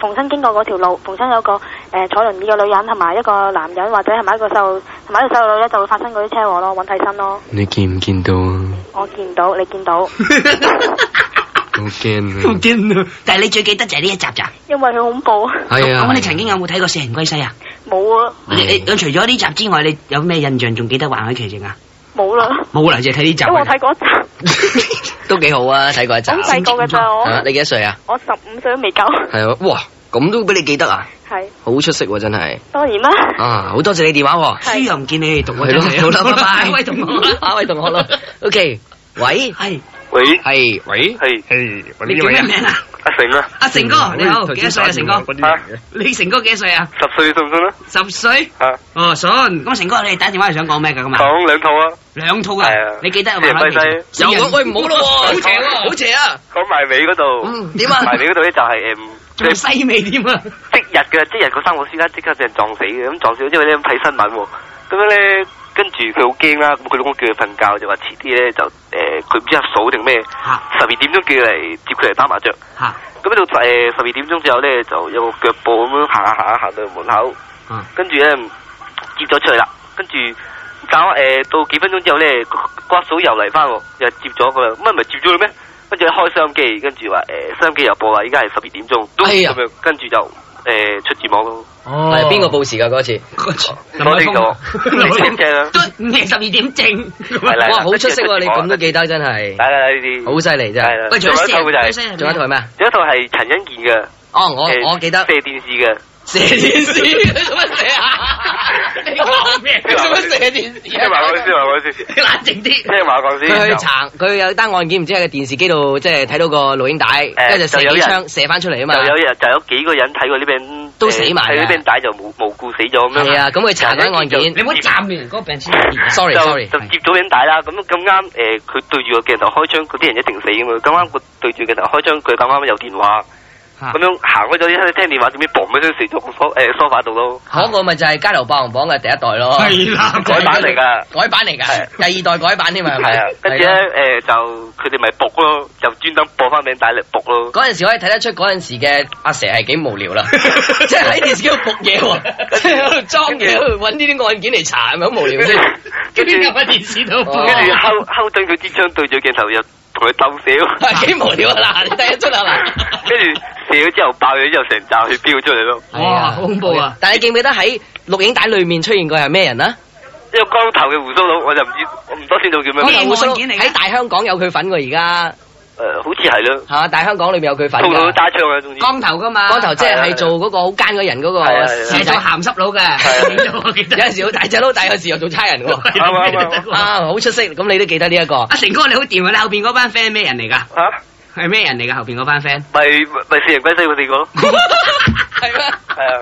逢親經過嗰條路，逢親有個诶、呃坐輪椅嘅女人同埋一個男人或者係咪一個細路同埋一個細路女咧，就會發生嗰啲車禍咯，揾替身咯。你見唔見到啊？我見到，你見到，好驚好！驚啊！但係你最記得就係呢一集咋。因為佢恐怖，係啊，咁你曾經有冇睇過《四人歸西》啊？冇啊，你你除咗呢集之外，你有咩印象仲記得《幻海奇情》啊？冇啦，冇啦，就係睇呢集因為我睇嗰集， 都幾好啊！睇過一集好，細個嘅咋我，啊你幾多歲啊？我十五歲都未夠，係啊，哇！咁都俾你記得啊，係好出色喎，真係當然啦，啊！好多謝你電話喎，書又唔見你哋讀啊，係咯真係 好啦，拜拜，喂，同學啦，啊，喂，同 學啦，OK，喂，係喂，係，喂， 係係揾你呢叫位咩啊？名啊？阿成啊，阿成哥你好，幾多歲啊？成哥，嗰啲嚟嘅你成哥幾多歲啊？十歲信唔信啊？十歲。啊，哦，信。咁成哥，你哋打電話係想講咩㗎咁啊？講兩套啊，兩套係啊㗎，你記得啊？四人慢慢歸記西住又講喂唔好咯好喎，邪喎好邪啊！講埋尾嗰度，嗯點啊？埋尾嗰度咧就係誒，即仲係西味添啊！即日嘅，即日嗰三個師奶即刻俾人撞死嘅，咁撞死咗之後咧咁睇新聞喎，咁樣咧跟住佢好驚啦，咁佢老公叫佢瞓覺就話遲啲咧就誒佢唔知阿嫂定咩，嚇十二點鐘叫佢嚟接佢嚟打麻雀，嚇咁到誒十二點鐘之後咧就有個腳步咁樣行下行下行到門口，啊跟住咧接咗出去啦，跟住。搞誒、到幾分鐘之後咧，個個阿嫂又嚟翻喎，又接咗佢啦，咁咪咪接咗佢咩？跟住開收音機，跟住話誒收音機又播啦，依家係十二點鐘，哎咁呀樣跟住就誒、出字幕 咯。哦係邊個報時㗎嗰次？林海峰啊我呢個林海峰正啦都午夜十二點正。係啦哇，好出色喎！你咁都記得真係嚟，嚟嚟呢啲，好犀利真係係。啦喂，仲有仲有一套就係四人仲有一套係咩啊？有一套係陳欣健嘅，呃哦，我誒我記得射電視 嘅， 射電視，做乜射啊？你講咩？你做乜射電視聽埋啊我？先，聽埋我先， 聽冷靜啲。埋我先。佢去查，佢有單案件，唔知喺個電視機度，即係睇到個錄影帶，跟住就射幾槍射翻出嚟啊嘛。就有人就有幾個人睇過呢餅，都死埋㗎睇呢餅帶就無無故死咗咁樣。係啊，咁佢查緊案件。你唔好站亂人嗰個病先。 sorry 就 sorry，就接咗影帶啦，咁咁啱誒，佢、對住個鏡頭開槍，嗰啲人一定死噶嘛。咁啱佢對住鏡頭開槍，佢咁啱有電話，嚇咁樣行開咗一聽電話，點知嘣一聲死咗個梳誒梳化度咯，嗰個咪就係《街頭霸王榜》嘅第一代咯。係啦改版嚟㗎。改版嚟㗎，第二代改版添啊，係咪係啊，跟住咧係咯誒就佢哋咪搏咯，就專登搏翻名帶力搏咯。嗰陣時可以睇得出嗰陣時嘅阿蛇係幾無 聊啦，即係喺電視機度仆嘢喎，即係喺度裝嘢，喺度揾呢啲案件嚟查，係咪好無聊跟住先？跟住邊個喺電視度播跟住後後陣佢支槍對住鏡頭又同佢鬥射咯，係 幾無聊 啊！嗱，你睇得出係嘛？跟住射咗之後爆咗之後成扎血飆出嚟咯，哇好恐怖啊！但係你記唔記得喺錄影帶裏面出現過係咩人啊？一個光頭嘅胡鬚佬我就唔知，我唔多先到叫咩嗰名，個誒、胡鬚佬件嚟㗎喺大香港有佢份喎，而家好似係咯，係嘛？大香港裏面有佢份套到㗎。揸槍啊，總之。光頭㗎嘛。光頭即係係做嗰個好奸嗰人嗰係啊個係啊成侍日做仔，鹹濕佬係嘅，我記有得。陣啊時好大隻佬，但係有時又做差人喎。啱啱啱啱啊，好出色！咁你都記得呢一個阿成哥，你好掂啊！你後邊嗰班 friend 係咩人嚟㗎？嚇，啊係咩人嚟㗎？後邊嗰班 friend？咪咪四人歸西佢哋個咯， 係咩？係啊。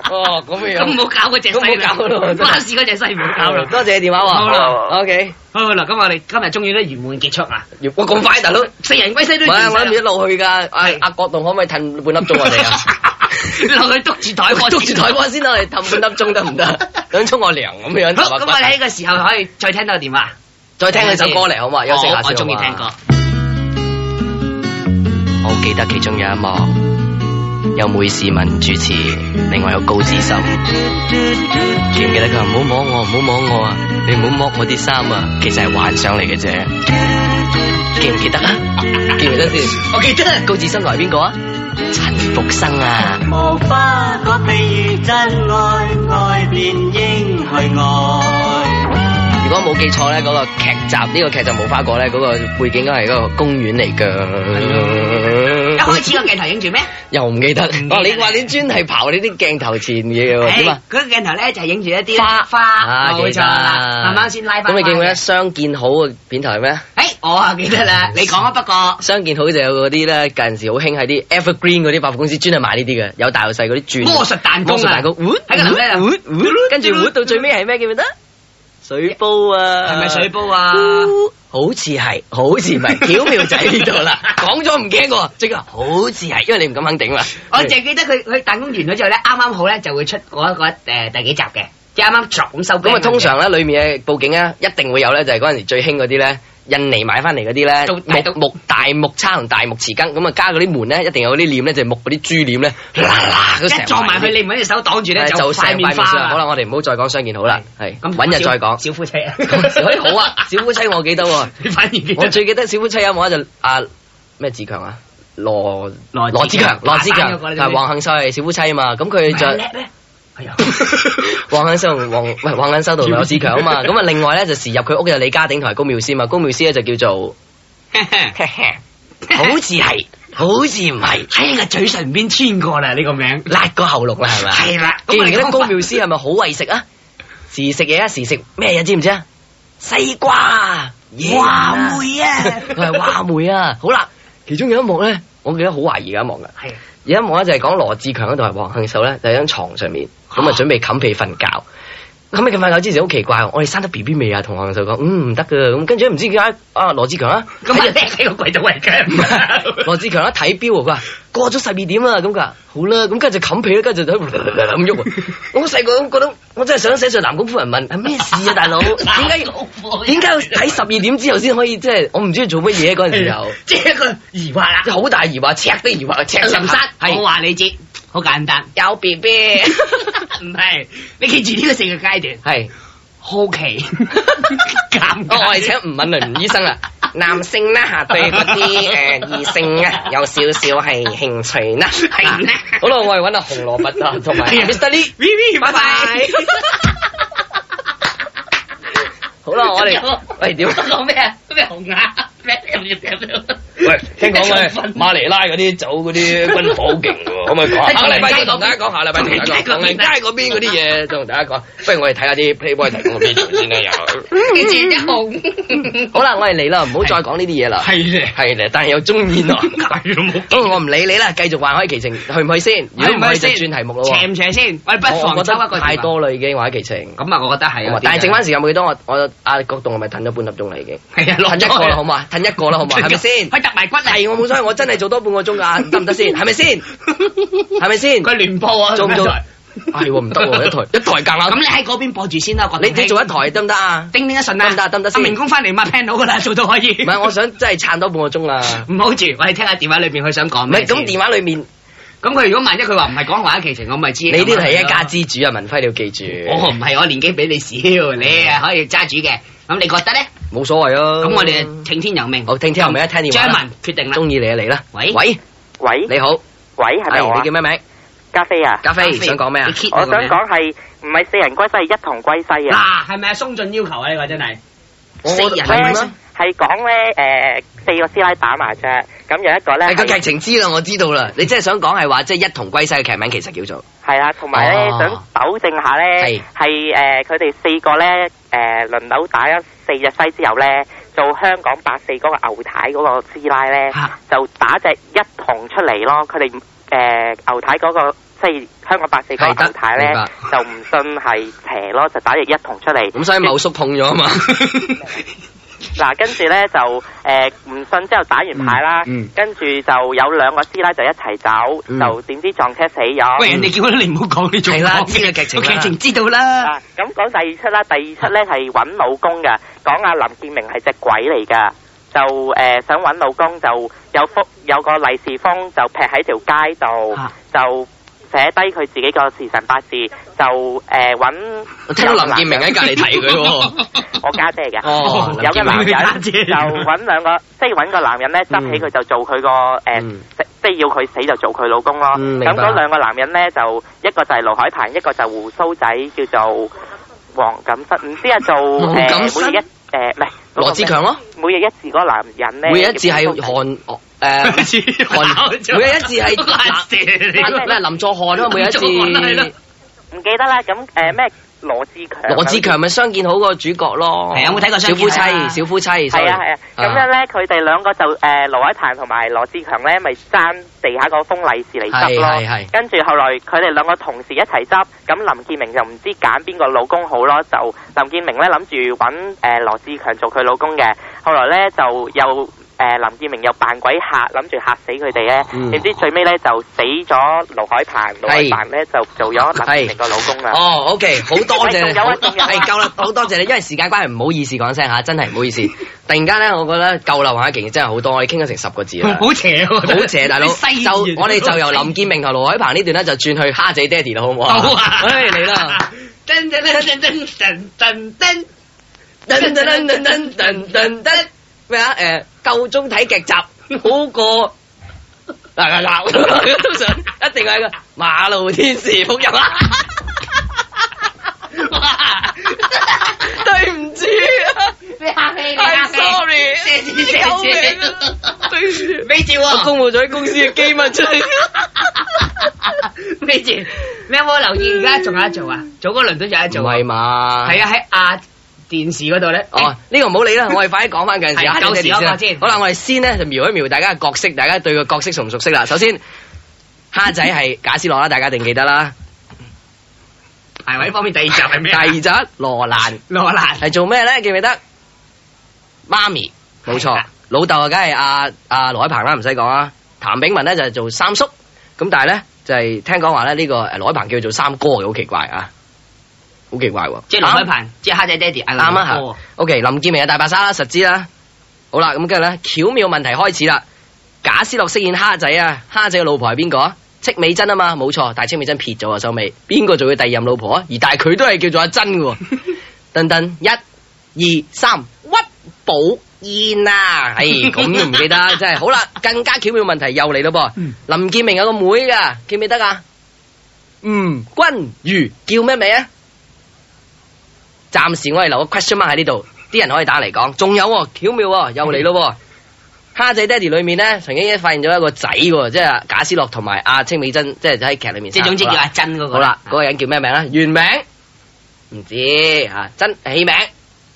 哦，咁樣。咁唔好搞嗰隻西咁唔好搞 咯真係哦關事嗰隻西唔好搞啦。多謝你電話喎。好啦，O K。好啦，咁我哋今日終於都圓滿結束啦。哇，咁快大佬！唔四人歸西都係，完晒我啦諗住一路去㗎。阿係阿國棟可唔可以騰半粒鐘我哋 啊？落去督住台波，捉住台灣先啦，我哋騰半粒鐘得唔 得？兩鐘我涼咁樣。好，咁我哋喺個時候可以再聽到電話，再聽佢首歌嚟好啊嘛？休息下哦我我中意聽歌歌。。我好記得其中有一幕，有每市民主持，另外有高志森。記唔記得佢話唔好摸我，唔好摸我啊！你唔好摸我啲衫啊！其實係幻想嚟嘅啫。記唔記得啊？記唔記得先？我記得。高志森來邊個啊？陳福生啊！無花果比喻真愛，愛便應去愛。如果冇記錯咧，嗰、個劇集呢、個劇集無花果咧，嗰、個背景都係嗰個公園嚟一㗎。開始個鏡頭影住咩？又唔記得？記得哦，你話你專係刨你啲鏡頭前嘅喎，點啊誒？，嗰個鏡頭咧就係影住一啲花花，啊冇錯啦，慢慢先拉翻。咁你記唔記得？相見好嘅片頭係咩？誒，我啊記得嗯啦，你講啊，不過相見好就有嗰啲咧，近陣時好興喺啲 Evergreen 嗰啲百貨公司專係賣呢啲嘅，有大有細嗰啲轉魔術蛋嗯糕魔術嗯啊蛋，糕，喎喺個頭咧喎喎嗯跟住喎到最尾係咩記唔記得？水煲啊，係咪水煲啊？喎好似係，好似唔係， 巧妙仔呢度啦，講咗唔驚喎，即刻好似係，因為你唔敢肯定啦。我淨係記得佢佢彈弓完咗之後咧，啱啱好咧就會出嗰一個誒第幾集嘅，即係啱啱作咁收兵咁啊，嗰陣通常咧，裏面嘅佈景咧，一定會有咧，就係嗰陣時最興嗰啲咧，印尼買翻嚟嗰啲咧，做大木木大木叉同大木匙羹，咁啊加嗰啲門咧，一定有嗰啲簾咧，就係木嗰啲珠簾咧，嗱嗱嗰成一撞埋去，你唔揾隻手擋住咧，係就就塊成面塊面花啦。啦好啦，我哋唔好再講相見好啦，係咁揾日再講。小夫妻啊，哎 好啊，小夫妻我記得喎，你反而記我得最記得小夫妻有冇就阿咩志強啊，羅羅羅志強，羅志打強散嗰個你係黃幸秀係小夫妻啊嘛，咁佢唔係就叻。 咩？哎呀，黃肯修同黃唔係黃肯修同羅志強啊嘛，咁啊另外咧就時入佢屋就李家鼎同埋高妙思啊嘛，高妙思咧就叫做 好似係，好似唔係，喺你個嘴唇邊穿過啦，呢個名辣過喉嚨啦係咪？ 係啦。記咁啊唔我記哋得講高妙思係咪好為食啊？時食嘢啊，時食咩嘢知唔知啊？西瓜，哇妹啊佢係話梅啊！好啦，其中有一幕咧，我記得好懷疑嘅一幕㗎。啊係有一幕咧就係講羅志強嗰度係黃慶秀咧，就喺張床上面咁啊，準備冚被瞓覺。冚被瞓覺之前好奇怪喎，我哋生得 B B 未啊？同黃慶秀講，嗯唔得㗎。咁跟住唔知點解啊羅志強啊，咁啊叻喺個櫃度嚟嘅， 羅志強一睇表，佢話過咗十二點啦，咁佢話好啦，咁跟住就冚被啦，跟住就喺度咁喐。啊我細個咁覺得，我真係想寫上南宮夫人問係咩事啊，大 佬？點解點解要睇十二點之後先可以即係我唔知做乜嘢嗰陣時候， 即係一個疑惑啊啦即。係好大疑惑，赤的疑惑，赤林林山，我係話你知，好簡單，有 B B， 唔係你記住呢 個四個階段，係好奇、尷我我尬係。 請吳敏倫醫生啦， 男性啊啦嚇對嗰啲誒異性啊有少少係興趣啦，係啦 好啦，我哋揾阿紅蘿蔔啊，同 埋係啊 Mr. Lee。 V V，拜拜。 好啦，我 哋喂點？講咩啊？咩紅眼咩？喂， 聽講咧馬尼拉嗰啲走嗰啲軍火好勁喎，可唔可 以啊下講禮拜再同大家講，下禮拜同大家講，唐人街嗰邊嗰啲嘢再同大家講。不如我哋睇下啲 Playboy 提供嘅 video 先啦，又。你自己 紅。好啦，我哋嚟啦，唔好再講呢啲嘢啦。係咧， 係咧，但係又中 意我。係咯冇。咁我唔理你啦，繼續幻海奇情，去唔去先？如果唔去就轉題目咯斜喎。唔斜先？喂，不我妨覺抽一得個太。多啦已經幻海奇情。咁啊，我覺得係啊。但係剩翻時間冇幾多，我我阿郭棟係咪褪咗半粒鐘啦已經？係啊，落 褪一個啦好嘛，褪一個啦好嘛，啊 係咪先？佢揼埋骨係嚟，我冇所謂，我真係做多半個鐘 㗎，得唔得先？係咪先？係咪先？佢亂播啊，做唔咁做？樣係哎喎，唔 得喎，一台一台夾咁硬。你喺嗰邊播住先啦，郭你定興你做一台得唔得啊？叮叮一順得唔得啊，得唔得阿先明工翻嚟抹 pan 到噶啦，做到可以。唔係，我想真係撐多半個鐘啊！唔好住，我哋聽下電話裏邊佢想講唔咩係先。咁電話裏面，咁佢如果萬一佢話唔係講話劇情，我咪知。你呢啲係一家。之主啊，哦文輝你要記住，我唔係，我年紀比你少，你啊可以揸主嘅。咁你覺得咧？冇所謂啊。咁我哋聽天由命。好聽天由命一聽啊電話啦張文決定啦。中意你啊嚟啦，喂喂喂你好，喂，係咪我係啊你叫？咩名？加菲啊！嘉菲想講咩啊你？揭我我想個名講係唔係四人歸西，係一同歸西啊？嗱，係咪啊？鬆進要求啊！呢個真 係我四人咧係咁咩啊？係講咧誒四個師奶打麻雀，咁有一個咧係個劇係情知啦，我知道啦。你真係想講係話，即係一同歸西嘅劇名其實叫做係啦，同埋咧哦想糾正下咧係係誒佢哋四個咧誒輪流打咗四隻西之後咧，做香港八四嗰個牛太嗰個師奶咧嚇就打隻一同出嚟咯，佢哋誒牛太嗰個。即係香港八四嗰係得個牛太咧明白， 就唔信係邪咯，就打隻一同出嚟。咁，所以某叔碰咗啊嘛。嗱，跟住咧就誒唔、信之後打完牌啦，嗯嗯跟住就有兩個師奶就一齊走，嗯就點知撞車死咗。喂，人哋叫咗你唔好講呢種係啦講知道劇情啦個劇情知道啦。啊，咁講第二出啦，第二出咧係揾老公嘅，講阿林建明係隻鬼嚟噶，就誒、呃想揾老公就有幅有個利是封就劈喺條街度，啊就寫低佢自己個時辰八字，就誒揾、我聽到林建明喺隔離提佢喎。我家姐嘅。哦，有個男林 建明嘅家人姐就揾兩個，即係揾個男人咧執起佢就做佢個誒嗯，即即係要佢死就做佢老公咯。嗯明咁白嗰兩個男人咧就一個就係盧海鵬，一個就胡鬚仔，叫做黃錦新，唔知啊係做呃黃錦新誒每日一誒唔係羅志，強咯，每日一字嗰個男人咧，每日一字係叫做韓 誒，韓每日一 字係咩林作漢啊，每日一字 羅唔記得啦。咁誒咩羅志啊強？嗯志強咪相見好個主角咯。係啊有冇睇過小相夫見妻？好啊小夫妻係啊 sorry 係啊，咁樣咧，佢哋兩個就誒羅海鵬同埋羅志強咧，咪爭地下嗰封利是嚟執係係係咯。跟住後來佢哋兩個同時一齊執，咁林建明就唔知揀邊個老公好咯，就林建明咧諗住揾誒羅志強做佢老公嘅，後來咧就又。誒林建明又扮鬼嚇，諗住嚇死佢哋咧，嗯點知最尾咧就死咗盧海鵬，盧海係鵬咧就做咗林建明個老公啦。哦，OK，好多謝你，啊喂仲有啊仲有啊係夠啦，好多謝你，因為時間關係，唔好意思講聲嚇，真係唔好意思。突然間咧，我覺得夠啦，玩一件真係好多，我哋傾咗成十個字啦。好邪啊！好邪，大佬！就西我哋就由林建明同盧海鵬呢段咧，就轉去蝦仔爹哋啦，好唔好啊？好啊哎嚟啦！噔噔噔噔噔噔噔噔噔，噔噔噔噔噔噔噔咩啊？誒，夠鐘睇劇集好過嗱嗱嗱，通常一定係個馬路天使福音啦。對唔住啊，你客氣，你 I'm 客氣， sorry，謝謝謝謝，對唔住，俾照我 啊，公佈咗喺公司嘅機密出嚟。俾照，你有啊冇留意而家仲有得做啊？嗯早嗰輪都有得唔做啊，係嘛？係啊，喺亞電視嗰度咧，哦，呢個唔好理啦，我哋快啲講翻近時啊，啱係舊時嗰先個先啦。好啦，我哋先咧就描一描大家嘅角色，大家對個角色熟唔熟悉啦。首先，蝦仔係賈斯洛啦，大家一定記得啦。排位方面第二 集係咩第啊？二集羅蘭羅蘭係做咩咧？記唔記得？媽咪，冇係錯啊，老豆啊，梗係阿阿羅海鵬啦，唔使講啊。譚炳文咧就係做三叔，咁但係咧就係聽講話咧呢個誒羅海鵬叫佢做三哥嘅，好奇怪啊，好奇怪喎。即係羅海鵬，即係蝦仔爹哋，啱啊啱啊，OK，林建明嘅大白鯊啦，實知啦。好啦，咁跟住咧，巧妙問題開始啦。賈思樂飾演蝦仔啊，蝦仔嘅老婆係邊個啊？戚美珍啊嘛，冇錯，但係戚美珍撇咗啊，收尾邊個做佢第二任老婆啊？而但係佢都係叫做阿珍嘅喎。等等，一、二、三，屈寶燕啊！唉，咁都唔記得，真係好啦。更加巧妙問題又嚟咯噃。嗯林建明有個妹噶，記唔記得啊？吳君如叫咩名啊？暫時我哋留個 question mark 喺呢度，啲人可以打嚟講。仲有喎，巧妙喎，又嚟咯喎！蝦仔爹哋裏面咧，曾經已經發現咗一個仔喎，即係賈思樂同埋阿戚美珍，即係喺劇裏面即生。係總之好叫啦阿珍嗰個。啊好啦，嗰個人叫咩名咧？原名唔知吓，真起名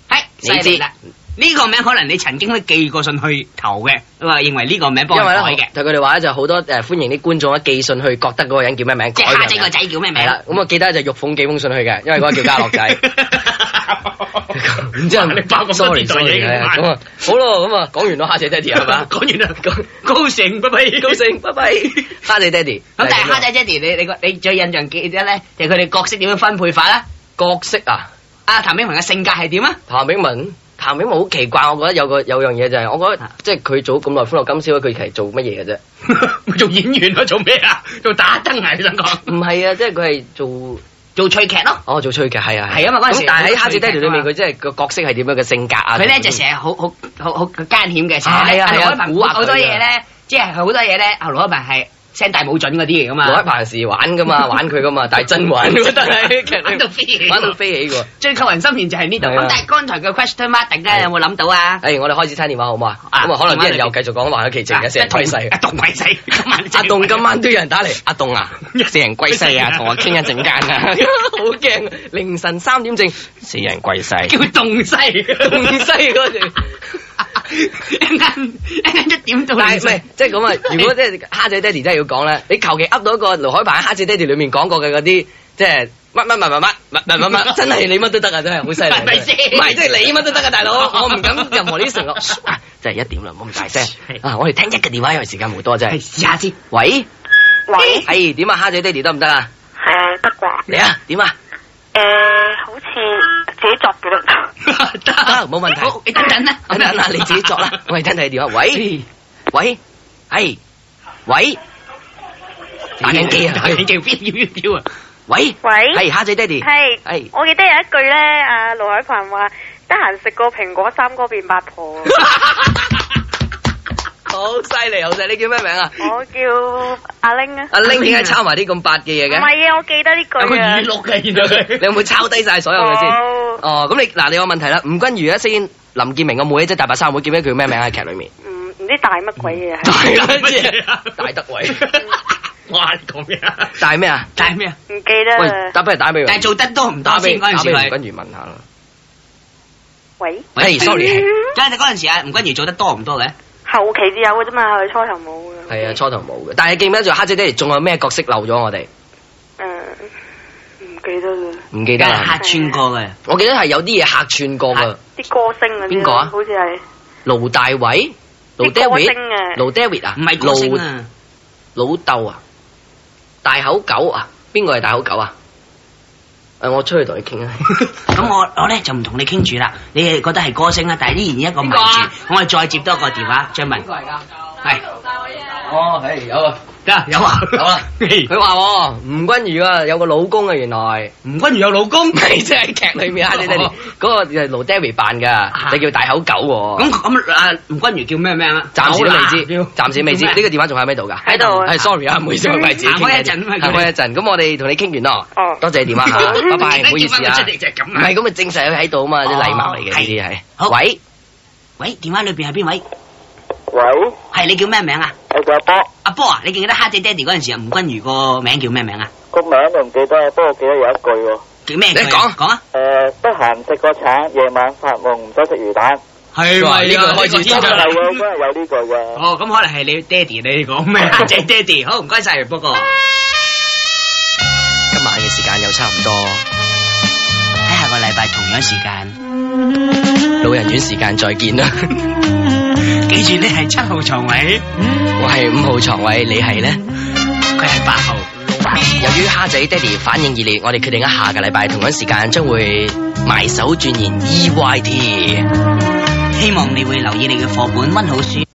係，你犀利知啦。呢個名可能你曾經都寄過信去投嘅，咁啊認為呢個名幫因佢為改咧嘅，，就佢哋話咧就好多誒歡迎啲觀眾咧寄信去覺得嗰個人叫咩名，即改係蝦佢仔名個仔叫咩名係？啦，咁我記得就玉鳳寄封信去嘅，因為嗰個叫家樂仔。然之 後你包咁多 sorry 年代 sorry 嘢係啊咁嘅啊，好咯，咁啊講完咯，蝦仔爹哋係嘛？講完啦，高盛不比高盛，拜拜， 蝦仔爹哋。咁但係蝦仔爹哋，你你個你最印象記得咧，就係佢哋角色點樣分配法啦？角色啊，阿譚炳文嘅性格係點啊？譚炳文。譚炳文好奇怪，我覺得有個有樣嘢就係，我覺得啊即係佢做咗咁耐《歡樂今宵》，佢其實做乜嘢嘅啫？做演員咯，做咩啊？做打燈啊！你想講唔係啊，即係佢係做做趣劇咯。哦做趣劇係啊係啊嘛嗰陣時咁但係喺《蝦仔爹哋》裏好面，多佢即係個角色係點樣嘅性格啊？佢咧就成日好好好好艱險嘅，成日係咧啊係啊羅海蠱惑鵬佢好多嘢㗎咧，即係好多嘢咧，啊羅海鵬係聲大冇準嗰啲嚟噶攞一嘛。排時玩噶嘛，玩佢噶嘛，但係真玩 喎，但係劇裏玩到飛起 玩到飛起喎。最扣人心弦就係呢度。係啊咁但係剛才嘅 question mark，大家有冇諗到誒，啊？哎我哋開始聽電話好嘛？啊咁啊，可能啲人又繼續講話佢奇情嘅成日歸 世。阿棟鬼細，今晚 阿棟今晚都有人打嚟，阿棟 啊，四人歸世啊，同我傾一陣間啊， 好驚啊！凌晨三點正，四人歸世， 叫 棟西，東西嗰段。一間一間一點到凌但係唔係晨，即係咁 啊！如果即係蝦仔爹哋真係要講咧，你求其噏到一個盧海鵬喺蝦仔爹哋裏面講過嘅嗰啲，即係乜乜乜乜乜乜乜乜 乜，真係你乜都得啊！真係好犀利，係咪先唔係即係你乜都得啊，大佬！ 我唔敢任何呢啲承諾。真係一點啦，唔好咁大聲啊！我哋聽一個電話，因為時間冇多真係係。試下先。喂，喂，係點啊？蝦仔爹哋得唔得啊？誒得啩？嚟啊！點啊？誒，好似自己作嘅啦。 得冇問題。好，你等等啦，等等啦，你自己作啦。我哋聽睇電話。喂，喂，係，喂，打緊機啊！打緊機，飆飆飆啊！喂，喂，係蝦仔爹哋。係 係，我記得有一句咧，阿盧海鵬話：得閒食個蘋果三哥變八 婆。好犀利，好犀利！你叫咩名啊？我叫阿玲啊，阿玲點解抄埋啲咁八嘅嘢唔嘅？係啊，我記得呢句有個啊語。錄嘅，見到佢你有冇抄低晒所有嘅先？冇哦，咁你嗱，你有問題啦。吳君如啊，飾演林建明個妹，即係大白鯊妹，記唔記得佢咩名喺劇裏 面？唔唔知大乜 鬼嘢係，係啦，即乜係嘢啊？大德偉。哇！你講咩啊？大咩啊？但係咩啊？唔記得喂，啦。打不如打俾但係佢，做得多唔打多俾先嗰陣打時俾係吳。君如問下啦。喂，喂，sorry， 但係嗰陣時啊，吳君如做得多唔多嘅？後期至有嘅啫嘛，佢初頭冇嘅。係啊，初頭冇嘅。但係記唔記得做黑仔爹哋仲有咩角色漏咗我哋？誒，唔記得啦。唔記得梗係啦。客串過嘅。我記得係有啲嘢客串過㗎。啲歌星嗰啲邊個啊好似係盧大偉、盧啲 d a 歌 v 星 i 啊，盧 David 啊，唔係歌星啊，à? 老老豆啊，大口狗啊，邊個係大口狗啊？诶，我出去同你傾啊。咁我我咧就唔同你傾住啦，你係覺得係歌星啦，但係依然一個迷住，咁我哋再接多個電話，張文嚟噶？係哦，係有啊，得有啊有啊。 佢話喎，吳君如啊，有個老公啊，原 來吳君如有老公，咪即係劇裏面啊，你哋 嗰個係盧爹哋扮㗎，你叫大口狗喎。咁咁啊，吳君如叫咩名啊？暫時都未有知啦，暫時未知。叫咩呢個電話仲喺咪度㗎？喺 度係 sorry 啊，唔好意思，我咪自己行傾開嘅一陣啊啫行開一陣。咁我哋同你傾完咯。哦多謝電 話嚇，拜拜，唔好意思啊。出嚟就係唔咁係啊。咁啊，正實佢喺度啊嘛，啲禮貌嚟嘅呢啲係。好喂，喂，電話裏邊係邊位？喂，係你叫咩名啊？我叫阿波，阿波啊，你記唔記得蝦仔爹哋嗰陣時啊？吳君如個名叫咩名啊？個名我唔記得，不過記得有一句喎。 叫咩？你講講啊！诶，得閒食個橙，夜晚發夢唔使食魚蛋。係哇呢個開始天係才真係喎，真係有呢句嘅。哦，咁可能係你爹哋你講咩？蝦仔爹哋，好唔該晒，波哥。今晚嘅時間又差唔多，喺下個禮拜同樣時間。老人院時間再見啦。記住你係七號床位， 我係五號床位，你係呢？佢係八號。由於蝦仔爹哋反應熱烈，我哋決定喺下個禮拜同一時間將會埋 E 手鑽研 EYT。希望你會留意你嘅課本，温好書。